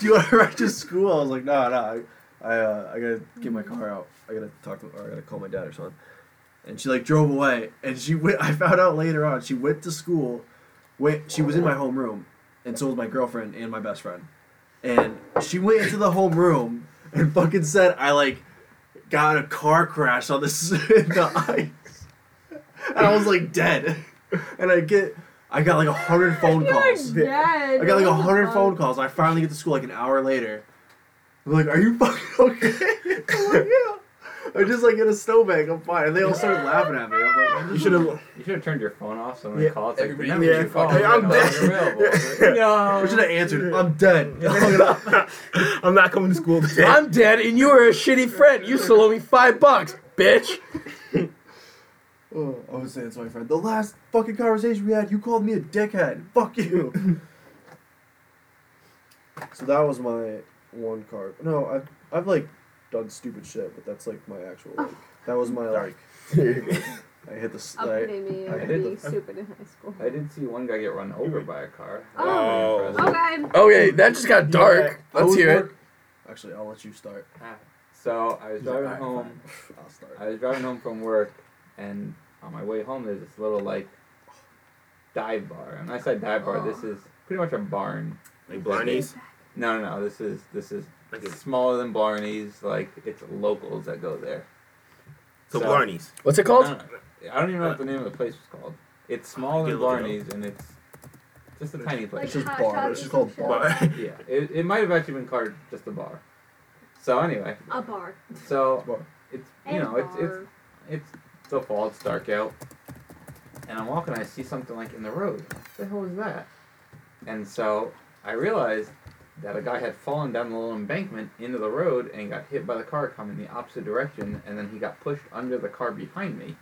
D: do you want to ride to school? I was like, no, no. I, I, uh, I gotta get my car out. I gotta talk to, or I gotta call my dad or something. And she like drove away. And she went. I found out later on she went to school. Went. She was in my homeroom, and so was my girlfriend and my best friend. And she went into the homeroom and fucking said, I like got in a car crash on this in the ice. And I was like dead. And I get I got like a hundred phone calls.
B: You're dead.
D: I got like a
B: What the
D: hundred
B: fuck?
D: phone calls. I finally get to school like an hour later. I'm like, are you fucking okay? I'm like, yeah. I'm just like in a snowbank. I'm fine. And they all started laughing at me. I'm like,
A: You should have.
E: You should have turned your phone off so when
D: Yeah,
E: you call, it's like,
F: everybody-
E: never
A: yeah.
E: your phone.
A: Hey,
E: Hey,
A: I'm dead.
E: available.
D: I should have answered. I'm dead.
A: I'm not coming to school today.
C: I'm dead, and you were a shitty friend. You still owe me five bucks, bitch.
D: oh, I was saying to my friend, the last fucking conversation we had, you called me a dickhead. Fuck you. so that was my one card. No, I've I've like done stupid shit, but that's like my actual. Like, that was my like. I hit the. s-
B: Up
D: I-
B: to me
D: I
B: and
E: did
B: being
E: the-
B: stupid in high school.
E: I did see one guy get run over by a car. That
A: Oh.
E: was pretty impressive.
B: Okay.
C: okay, that just got dark.
D: Yeah, I
C: Let's
D: was
C: hear it.
D: work- Actually, I'll let you start.
E: So I was
C: He's like, "Alright,
E: driving home.
D: I'll start.
E: I was driving home from work, and on my way home, there's this little like dive bar. And when I said dive bar, this is pretty much a barn.
A: Like Barney's.
E: No, no, no. This is this is
A: Like it's,
E: smaller than Blarney's. Like it's locals that go there.
A: so
E: So-
A: Barney's.
C: What's it
E: No,
C: called?
E: no, no, I don't even know what the name of the place was called. It's smaller
A: Get
E: than
A: a little
E: Blarney's, and it's just a tiny place.
B: Like
D: It's just
B: hot
D: bar.
B: shots
D: It's
B: or
D: called
B: some
D: bar.
B: shit.
E: yeah, it, it might have actually been called just a bar. So anyway,
B: A bar.
E: so
D: Bar.
E: it's
B: A
E: you know it's it's
B: bar.
E: It's the fall, it's dark out. And I'm walking, I see something like in the road. What the hell is that? And so I realized that a guy had fallen down the little embankment into the road and got hit by the car coming the opposite direction, and then he got pushed under the car behind me,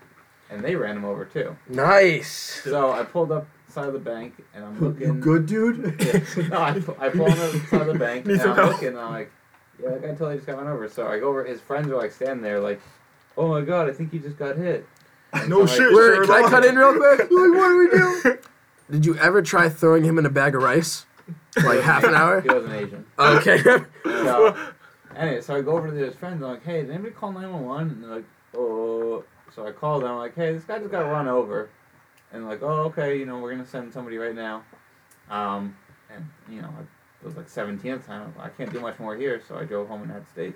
E: and they ran him over too.
C: Nice.
E: So I pulled up side of the bank and I'm looking.
D: You good, dude?
E: no, I, pu- I pull on the side of the bank
A: Need
E: and
A: some
E: I'm
A: help?
E: looking and I'm like, yeah, that guy totally just got run over. So I go over, his friends are like standing there like, oh my god, I think you just got hit. And
A: No
E: I'm like,
A: shit.
C: Wait,
A: Sure,
C: can I
A: no.
C: cut in real quick? Like, what do we do? Did you ever try throwing him in a bag of rice? Like half an hour?
E: He was an Asian.
C: Okay.
E: So, anyway, so I go over to his friends. I'm like, hey, did anybody call 911? And they're like, oh. So I call them. I'm like, hey, this guy just got run over. And they're like, oh, okay, you know, we're going to send somebody right now. Um, and, you know, I- it was like 17 at the time. I'm like, I can't do much more here. So I drove home and had steak.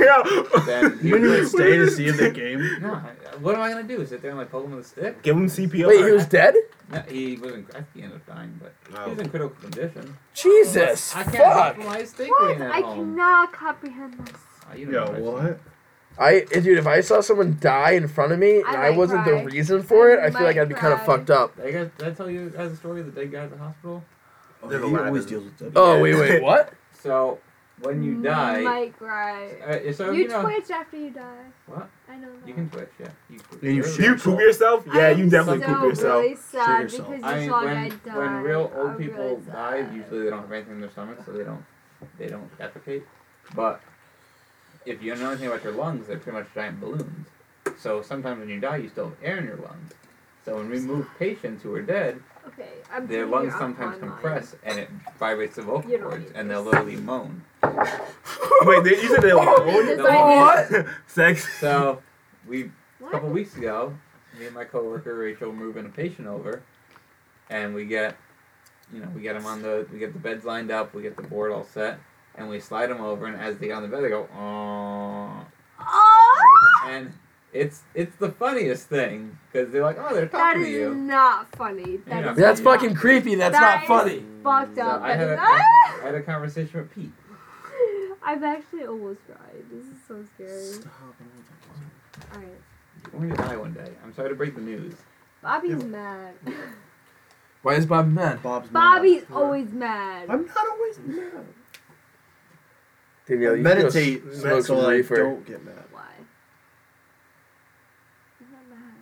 A: Yeah.
E: Then he
D: You didn't even
E: was
D: stay to see if they came.
E: no, I- what am I going to do? Sit there and like poke him with a stick?
A: Give him CPR.
C: Wait, he was dead?
E: No, he wasn't, I think he ended up dying, but he was
A: Oh.
E: in critical condition.
C: Jesus.
E: I can't
C: Fuck.
E: help him. I had steak
B: What?
E: waiting at
B: I
E: home.
B: cannot comprehend this.
E: Uh, you
D: Yo,
E: know what? I've
D: what?
C: I dude, if I saw someone die in front of me and I,
B: I might
C: wasn't
B: cry.
C: the reason for it, I feel like
B: might
C: I'd be kind of
B: cry.
C: fucked up.
E: seen. Did I, guys, did I tell you guys the story of the dead guy at the hospital?
A: There's a
D: he
A: lot of
D: always
A: them.
D: deals with dead
C: Oh wait, wait, what?
E: So when you die,
B: Mm, Mike Wright.
E: uh, so
B: you
E: you, know
B: twitch after you die.
E: what?
B: I know that.
E: You can twitch, yeah. You,
D: And you
E: really-
A: Do you poop yourself? Yeah, you
B: I'm
A: definitely
B: so
A: poop yourself.
B: really sad
D: yourself.
B: because you
E: I mean,
B: saw
E: when,
B: that die.
E: when real old
B: I'm
E: people
B: really
E: die,
B: sad.
E: usually they don't have anything in their stomach, so they don't they don't defecate. But if you don't know anything about your lungs, they're pretty much giant balloons. So sometimes when you die, you still have air in your lungs. So when we move patients who are dead,
B: Okay, I'm
E: their
B: putting
E: lungs
B: your
E: sometimes
B: outline on.
E: compress and it vibrates the vocal
B: You don't
E: cords,
B: need
E: and
B: this.
E: they'll literally moan.
A: Wait, they, you said they
B: this
A: were
C: idea.
A: Sex.
E: So we a
B: What?
E: couple weeks ago, me and my coworker Rachel were moving a patient over, and we get, you know, we get them on the, we get the beds lined up, we get the board all set, and we slide them over, and as they get on the bed, they go, oh,
B: Oh,
E: and it's it's the funniest thing because they're like, oh, they're
B: that
E: talking to
B: is
E: you.
B: not funny. That
E: Yeah.
B: is
C: That's
B: not-
C: fucking creepy. That's
B: That
C: not
B: is
C: funny.
B: Fucked
E: So
B: up.
E: I had, a,
B: Ah!
E: I had a conversation with Pete.
B: I've actually almost cried. This is so scary.
D: Stop.
B: Alright.
E: We're gonna die one day. I'm sorry to break the news.
B: Bobby's mad.
C: Why is Bob mad?
D: Bob's mad.
B: Bobby's always mad.
D: I'm not always mad.
C: Dude,
D: I
C: yo, you should go
D: meditate
C: s-
D: so
C: smoke some
D: I
C: reefer.
D: don't get mad.
B: Why? I'm not mad.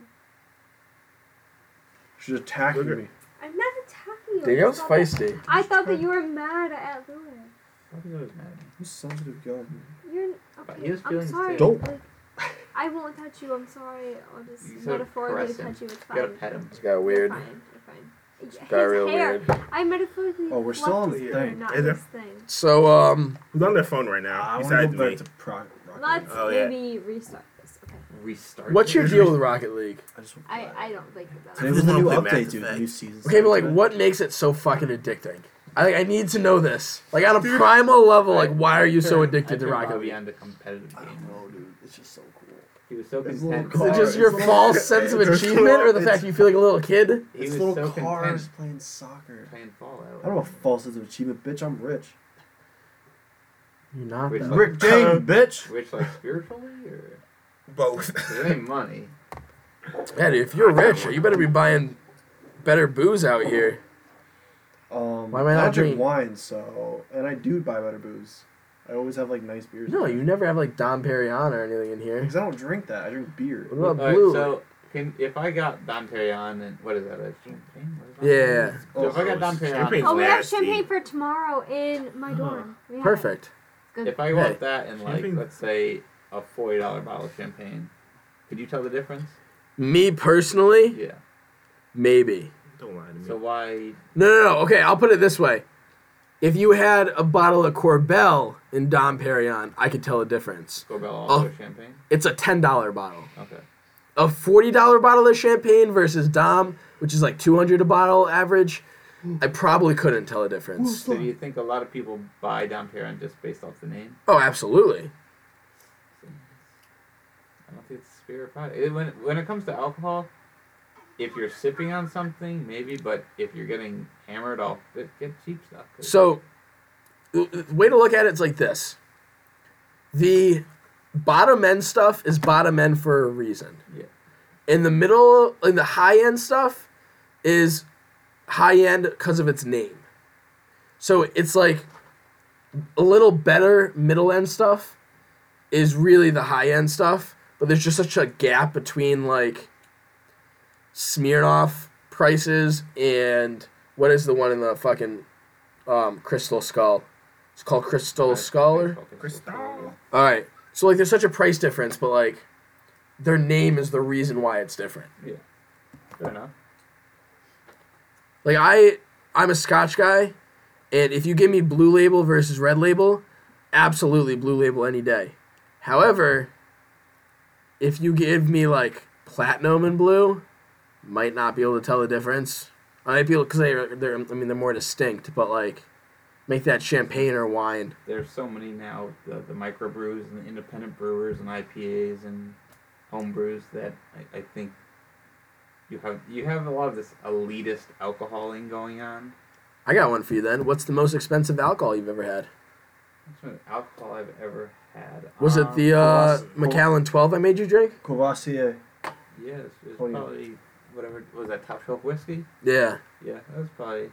D: Should attack
A: Look at-
D: me.
B: I'm not attacking you.
C: Dude, that was
B: Stop it.
C: feisty.
B: I thought that you were mad at Louis.
E: Bobby's always mad at me.
D: You sensitive guy.
B: You're
E: But
B: okay.
E: he was
B: I'm
E: feeling
B: sorry.
E: sick.
D: Don't.
B: Like, I won't touch you. I'm sorry. I'll just
E: You said
B: metaphorically
E: caress him.
B: touch you. It's
E: You
B: fine.
E: gotta pet him.
C: It's got
B: You're
C: weird.
B: fine. You're fine. His
C: Got real
B: hair.
C: weird.
B: I metaphorically.
D: Oh, we're still on
B: plucked
D: the
B: his
D: thing.
B: hair, Not
A: Is it?
B: his thing.
C: So um,
A: Who's on their phone right now?
D: I want to
A: besides
D: go
A: me.
D: back to pro- Rocket
B: Let's
D: League. Uh,
A: Oh, yeah.
B: maybe restart this. Okay.
E: Restart.
C: what's your deal with Rocket League?
D: I just want
B: I, I don't think that.
D: Today
B: that's-
D: was the new
A: Play Mass
D: update, dude. The
A: Effect.
D: new season.
C: Okay, but like,
D: started.
C: what makes it so fucking addicting? I like, I need to know this. Like on a primal level, like why are you so
E: Turn- I
C: addicted to
E: turned
C: Rocket
E: Bobby
C: League?
E: on to competitive
D: I
E: games.
D: don't know, dude. It's just so cool.
E: He was so
D: His little
E: content.
C: Is it
D: car.
C: just your false sense of
A: It's-
C: achievement, or the
D: it's-
C: fact you feel like a little kid?
E: He
D: it's
E: was
D: little
E: so
D: cars
E: content
D: playing soccer.
E: playing Fallout.
D: I don't have a false sense of achievement, bitch. I'm rich.
C: You're not.
E: Wait,
C: though.
E: what?
D: Rick James, bitch.
E: Which, like, spiritually? Or.
A: Both.
E: 'cause It ain't money.
C: Ed, if you're rich, you better be buying better booze out here.
D: Um,
C: Why am I
D: I
C: not
D: drink
C: drinking?
D: wine, so and I do buy better booze. I always have like nice beers.
C: No, you never have like Dom Perignon or anything in here.
D: Because I don't drink that. I drink beer.
C: What about
E: Alright,
C: blue?
E: so can, if I got Dom Perignon and what is that? A champagne? What is that?
C: Yeah.
D: Oh,
E: So if I got Dom
A: Champagne.
E: Perignon,
B: Oh, we have
A: Nasty.
B: champagne for tomorrow in my
D: Uh-huh.
B: dorm. We have it.
C: Perfect.
B: It's good.
E: if I
C: Hey.
E: want that and like
A: Champagne.
E: let's say a forty dollar bottle of champagne, could you tell the difference?
C: Me personally,
E: Yeah.
C: maybe.
A: Don't lie to me.
E: So why?
C: No, no, no. Okay, I'll put it this way. If you had a bottle of Corbel in Dom Perignon, I could tell a difference.
E: Corbel also
C: Oh.
E: champagne?
C: It's a ten dollar bottle.
E: Okay.
C: A forty dollar bottle of champagne versus Dom, which is like two hundred a bottle average, I probably couldn't tell a difference.
E: So do you think a lot of people buy Dom Perignon just based off the name?
C: Oh, absolutely.
E: I don't think it's spirit product. It- When when it comes to alcohol, if you're sipping on something, maybe, but if you're getting hammered, off, will get cheap stuff. 'cause-
C: So, w- w- way to look at it's like this: the bottom end stuff is bottom end for a reason.
E: Yeah.
C: In the middle, in the high end stuff, is high end because of its name. So it's like a little better middle end stuff is really the high end stuff, but there's just such a gap between like Smirnoff prices and what is the one in the fucking um, Crystal Skull? It's called Crystal
E: I- I
C: Skull. or-
E: call it
A: Crystal.
E: Skull.
C: all right. So like, there's such a price difference, but like, their name is the reason why it's different.
E: Fair enough.
C: Like I, I'm a Scotch guy, and if you give me Blue Label versus Red Label, absolutely Blue Label any day. However, if you give me like Platinum and Blue, might not be able to tell the difference. I might be able because they're, they're, I mean, they're more distinct, but like, make that champagne or wine.
E: There's so many now, the, the microbrews and the independent brewers and IPAs and homebrews that I, I think you have you have a lot of this elitist alcoholing going on.
C: I got one for you then. What's the most expensive alcohol you've ever had?
E: That's what alcohol I've ever had.
C: Was it
E: Um,
C: the uh,
D: Colossus.
C: Macallan 12 I made you drink?
D: Courvoisier.
E: Yes, it was
D: Oh, yeah.
E: probably whatever was that top shelf whiskey.
C: Yeah.
E: Yeah, that was probably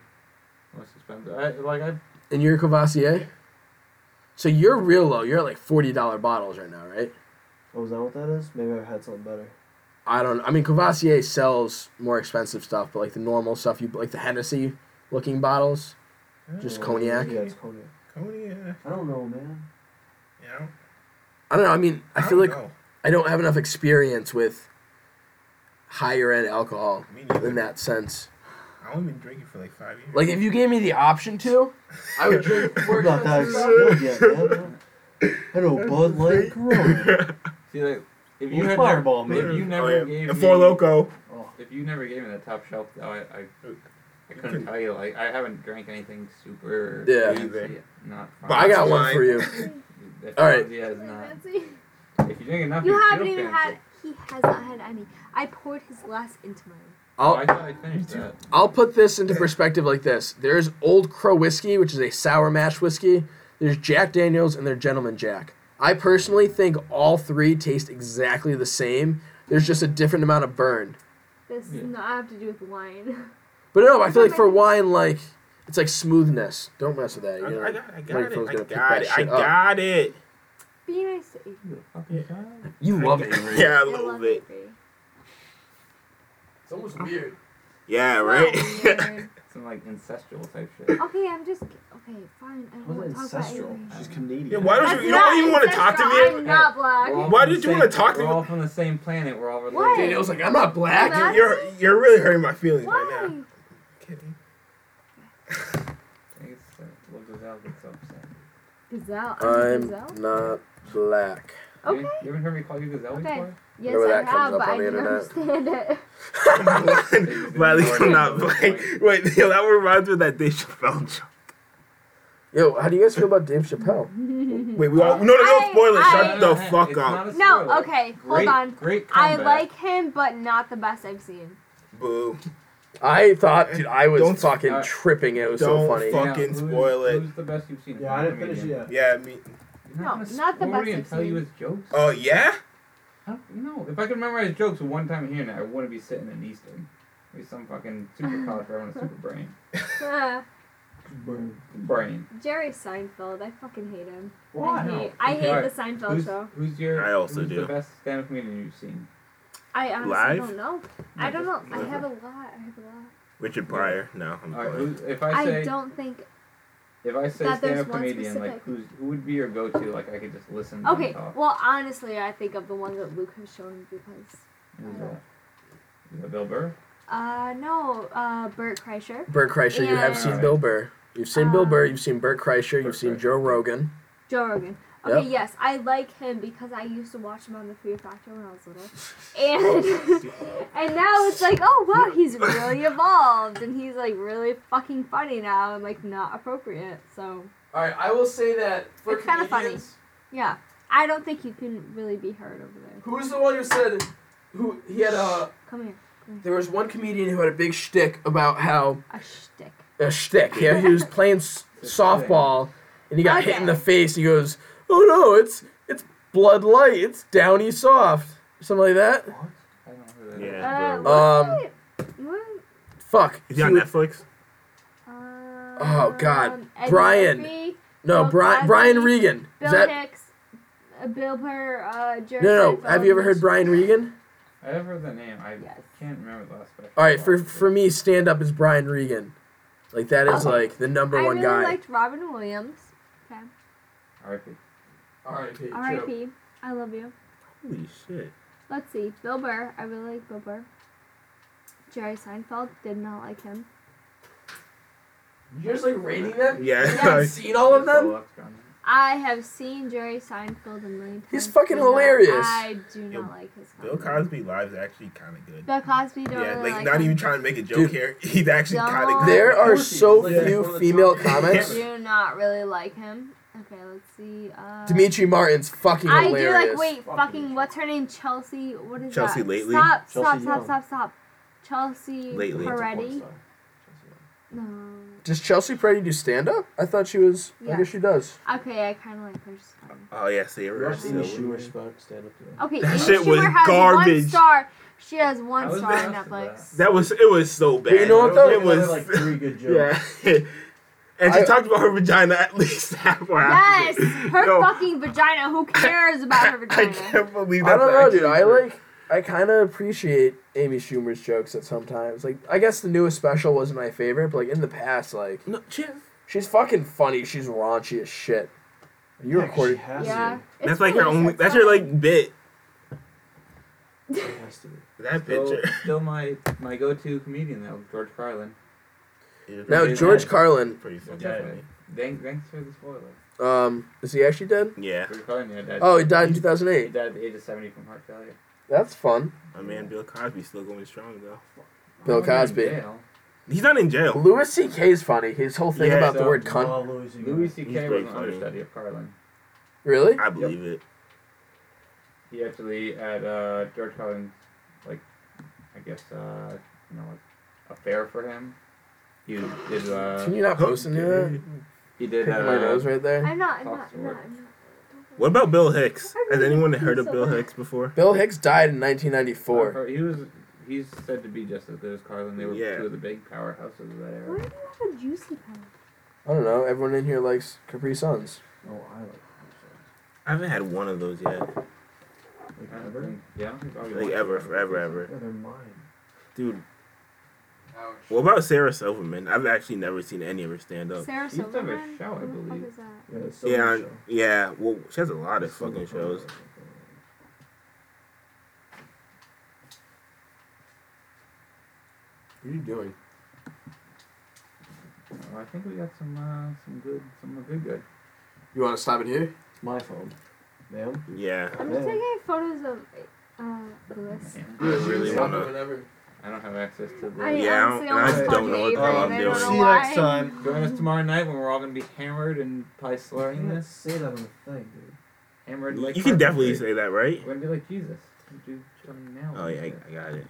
E: most expensive. I, like I
C: And you're a Courvoisier? So you're real low. You're at like $40 bottles right now, right?
D: Oh, is that what that is? Maybe I had something better.
C: I don't I mean, Courvoisier sells more expensive stuff, but like the normal stuff, you like the Hennessy looking bottles. Just
D: Oh,
C: cognac?
D: Yeah, it's cognac.
A: Cody, yeah.
D: I don't know, man.
A: yeah. I don't-
C: I don't know. I mean, I, feel
A: don't
C: like
A: know.
C: I don't have enough experience with higher end alcohol
A: Me
C: in
A: neither.
C: that sense.
A: I only been drinking for like five years.
C: Like, if you gave me the option to, I would drink more
D: I'm not that
C: expensive stuff.
D: excited yet, man. I know Bud Light Corona.
E: see like if
D: Well,
E: you had
D: Fireball,
E: never,
D: man.
E: if you never
A: oh, yeah.
E: gave
A: the
E: me-
A: Four Loco.
D: Oh,
E: If you never gave me the top shelf, though, I, I, I couldn't tell you. Like, I haven't drank anything super.
C: Yeah.
E: fancy, Not.
A: But
C: But I got one for you.
E: If
C: All right.
E: Fonzie has not.
B: Fancy.
E: If you drink enough,
B: You
E: you
B: haven't
E: feel
B: even
E: fancy.
B: had. He has not had any. I poured his glass into mine.
E: Oh,
C: I'll
E: I thought I finished that.
C: I'll put this into perspective like this. There's Old Crow whiskey, which is a sour mash whiskey. There's Jack Daniels and there's Gentleman Jack. I personally think all three taste exactly the same. There's just a different amount of burn.
B: This
E: Yeah.
B: does not have to do with wine.
C: But no, I feel like for wine, like it's like smoothness. Don't mess with that.
A: I,
C: You know?
A: I got, I got
C: microphone's
A: it. I
C: gonna pick
A: got
C: that
A: it. I
C: shit up.
A: got it.
B: Be nice to Avery.
E: Fucking
C: You love it. Avery.
A: Yeah, a
B: I
A: little
B: love
A: bit.
B: Avery.
C: It's almost weird.
A: Yeah,
B: So
A: right.
B: weird.
E: Some like incestual type shit.
B: okay, I'm just. Okay, fine. I don't
D: was
B: want to talk about
D: ancestral.
B: Avery.
D: She's Canadian.
A: Yeah, why don't
B: That's
A: you
B: not
A: don't even want to talk to
B: ancestral.
A: me?
B: I'm not black.
E: We're all
A: Why
E: from
A: did
E: the
A: you wanna
E: same-
A: talk to
E: We're
A: me?
E: all from the same planet. We're all
B: What?
E: related.
C: Daniel's like, I'm not black.
B: Black?
A: You're you're really hurting my feelings right
B: Why?
A: now. Kidding.
E: I guess uh, Lil Gazelle gets upset.
B: Gazelle. I'm
C: I'm
B: Gazelle.
C: not black.
E: You
B: Okay.
E: haven't- You haven't heard me call you Gazelle
B: Okay.
E: before?
B: Yes,
C: Whatever
B: I
C: that comes
B: have,
C: up
B: but
C: on
B: I
C: the
B: didn't understand
C: internet.
B: it.
A: I'm blind, but at least I'm not black. Wait, yo, that reminds me of that Dave Chappelle joke.
C: Yo, how do you guys feel about Dave Chappelle?
A: Wait, we all no, no,
B: I-
A: no spoilers.
B: I-
A: Shut the
E: It's
A: fuck
E: not
A: up.
E: a
B: No,
E: spoiler.
B: okay, hold
E: Great-
B: on.
E: Great
B: I
E: comeback.
B: like him, but not the best I've seen.
A: Boo.
C: I thought, dude, I was
A: Don't-
C: fucking
E: uh,
C: tripping. It was so
A: don't
C: funny.
E: Yeah,
A: fucking
E: who's-
A: spoil it.
E: Who's the best you've seen?
D: Yeah, I didn't finish it yet.
A: Yeah, me.
E: You're
B: No,
E: gonna
B: not the
E: score
B: best
E: me and tell you
B: example.
E: his jokes.
D: Uh,
G: Oh yeah.
E: I don't know. If I could memorize jokes one time here and there, I wouldn't be sitting in Eastern. I'd be some fucking super college forever in a super brain.
B: Uh,
E: Brain.
B: Jerry Seinfeld. I fucking hate him.
E: Why?
B: I hate,
E: No.
B: I hate
E: Alright,
B: the Seinfeld
E: Who's,
B: show.
E: who's your?
A: I also
E: who's
A: do.
E: The best stand-up comedian you've seen.
B: I honestly
A: Live?
B: don't know. I don't know. I
A: Live.
B: have a lot. I have a lot.
A: Richard Pryor. No, I'm
E: All right,
A: playing.
E: who's, if I say
B: I don't think.
E: if I say
B: that there's
E: stand-up
B: one
E: comedian, like
B: specific.
E: who's who would be your go-to? Like I could just listen. to
B: Okay,
E: them talk.
B: well, honestly, I think of the one that Luke has shown because.
E: Who's that? Is that Bill Burr?
B: Uh, no, uh, Bert Kreischer.
C: Bert Kreischer, you have
B: Yeah.
C: seen Bill Burr. You've seen Bill
B: Um,
C: Burr. You've seen Bert Kreischer.
E: Bert
C: You've seen
E: Kreischer.
C: Joe Rogan.
B: Joe Rogan. Okay,
C: Yep.
B: yes, I like him because I used to watch him on the Fear Factor when I was little, and and now it's like, oh wow, he's really evolved and he's like really fucking funny now and like not appropriate. So
H: All right, I will say that for
B: It's kinda
H: comedians,
B: funny. yeah, I don't think you can really be heard over there.
H: who was the one who said who he had a?
B: Come here,
H: There was one comedian who had a big shtick about how
B: a shtick.
C: A shtick. Yeah, he was playing s- softball, and he got hit in the
B: Okay.
C: face. He goes, "Oh no, it's it's blood light. It's downy soft." Something like that.
E: What? I don't know who that is.
A: Yeah.
B: Uh,
A: Bill.
C: Uh, Um,
B: what? What?
C: Fuck.
A: Is he on
C: He-
A: Netflix?
B: Um,
C: oh, God.
B: Eddie
C: Brian.
B: Murphy,
C: No,
B: Bill
C: Brian
B: Cosby,
C: Brian Regan.
B: Bill
C: Is that
B: Hicks, uh, Bill Burr, uh, Jerry
C: no, no?
B: Seinfeld,
C: Have you ever heard
B: Mitch-
C: Brian Regan?
E: I have heard the name. I
B: Yes.
E: can't remember the last special.
C: All right, for
E: Wow.
C: for me, stand up is Brian Regan. Like that is
B: Okay.
C: like the number
B: I
C: one
B: really
C: guy.
B: liked Robin Williams. Okay.
E: R.I.P.
H: R.I.P. Joe.
B: R.I.P. I love you.
A: Holy shit.
B: Let's see. Bill Burr. I really like Bill Burr. Jerry Seinfeld. Did not like him.
H: You're just like rating them.
A: Yeah.
H: You haven't seen all of them.
B: I have seen Jerry Seinfeld a million times.
C: He's fucking
B: Do not-
C: hilarious.
B: I do not
A: Yo,
B: like his
A: Bill
B: comedy.
A: Cosby live is actually kind of good.
B: Bill Cosby. Don't
A: Yeah,
B: really
A: like
B: like
A: not
B: him.
A: even trying to make a joke
C: Dude.
A: here. He's actually kind
B: No.
A: of good.
C: There are
H: Like,
C: so
H: like,
C: few
H: one of the
C: female
H: top-
C: comments.
B: Do not really like him. Okay, let's see. Uh,
C: Dimitri Martin's fucking
B: I do like.
C: hilarious.
B: Wait,
H: Fucking
B: fucking. What's her name? Chelsea. What is
A: Chelsea
B: that?
A: Lately?
B: Stop! Stop!
D: Chelsea
B: Stop!
D: Young.
B: Stop! Stop! Chelsea
A: Lately.
B: Peretti. No.
C: Does Chelsea Peretti do stand up? I thought she was. I
B: Yeah.
C: guess she does.
B: Okay, I kind of like her. just fine.
A: Oh yeah, see, we're still-
D: stand up today.
B: Okay,
A: That
B: Amy
A: shit was
B: Schumer has
A: garbage.
B: one star. She has one
E: I was
B: star on
E: gonna ask
B: Netflix.
A: That was it. Was so bad.
C: you know what, though?
A: It was
D: like three good jokes.
A: yeah. and she
C: I-
A: talked about her vagina at least half hour.
B: Yes,
A: after.
B: her
A: Yo,
B: fucking vagina. Who cares about her
A: I
B: vagina?
A: can't believe that.
C: I don't know, dude. I like. I kind of appreciate Amy Schumer's jokes at sometimes. Like, I guess the newest special wasn't my favorite, but like in the past, like
A: No, shit.
C: she's fucking funny. She's raunchy as shit. You recorded.
B: Yeah, it's
A: That's like
B: funny,
A: her only.
B: so
A: That's
B: it's
A: your like bit.
D: has to be.
A: That
E: Still,
A: picture.
E: still my my go-to comedian though, George Carlin.
C: Now
E: Yeah.
C: George Carlin,
A: Pretty simple.
D: Yeah.
A: funny.
E: Thank, thanks for the spoiler.
C: um, is he actually dead?
A: Yeah,
E: George Carlin, yeah, died.
C: Oh, he died in
E: He
C: 2008.
E: died at the age of seventy from heart failure.
C: That's fun.
A: my man Bill Cosby's still going strong though.
C: Bill
E: Oh, he was in
C: Cosby.
E: jail.
A: He's not in jail.
C: Louis C.K. is funny. His whole thing
A: Yeah,
C: about the
E: so-
C: word cunt.
D: Oh, Louis, you
E: Louis
D: got
E: C.K.
A: He's
E: was
A: very
E: an
A: funny.
E: understudy of Carlin.
C: Really?
A: I believe it.
E: He actually at uh, George Carlin's like, I guess uh, you know, like a fair for him. He was- did
C: Can
E: uh,
C: you not post any of that?
E: he did
C: Picking my
E: uh,
C: nose right
B: fine.
C: there.
B: I'm not. I'm
E: Fox
B: not. I'm
E: Sports.
B: not, I'm not.
A: What about Bill Hicks?
B: I
A: Has
B: really
A: anyone
B: think
A: heard
B: he's
A: of
B: so
A: Bill
B: bad.
A: Hicks before?
C: Bill Hicks died in 1994.
E: He was he's said to be just as good as Carlin. They were
A: Yeah.
E: two of the big powerhouses of
B: Why
E: that era.
B: do you have a juicy pen?
C: I don't know. Everyone in here likes Capri Suns.
D: Oh, I like
A: I haven't had one of those yet.
D: Like
E: I don't
D: ever?
E: think- Yeah, I don't think I'll be
A: Like
E: watching
A: ever,
E: that.
A: forever, ever.
D: Yeah, they're mine.
A: Dude, what about Sarah Silverman? I've actually never seen any of her stand up.
B: Sarah
E: He used to have a
B: Silverman.
E: show, I
B: Who the fuck
E: believe.
B: is that?
D: Yeah, it's
A: Yeah,
D: Silver
A: I- yeah. Well, she has a lot of
D: Show.
A: fucking shows.
C: What are you doing?
E: Oh, I think we got some uh, some good some good good.
C: You want to stop it here?
D: It's my phone, ma'am.
A: Yeah.
B: I'm just
D: Yeah.
B: taking photos of uh, Lewis.
A: I
E: Man,
A: really
C: Stop it
A: wanna.
C: whenever.
E: I don't have access to
B: I
E: the.
A: Yeah, I
B: honestly
A: don't- I
B: almost
A: don't
B: called you
A: know what the
B: Avery,
A: hell I'm
B: and I don't
A: doing.
B: know
D: See you
B: why.
D: next time.
E: Join us tomorrow night when we're all gonna be hammered and probably slurring
D: Let's
E: this.
D: say that on the thing, dude.
E: Hammered like
A: You can definitely
E: carpentry.
A: say that, right?
E: We're gonna be like Jesus. Dude, come now.
A: Oh yeah, I, I got it.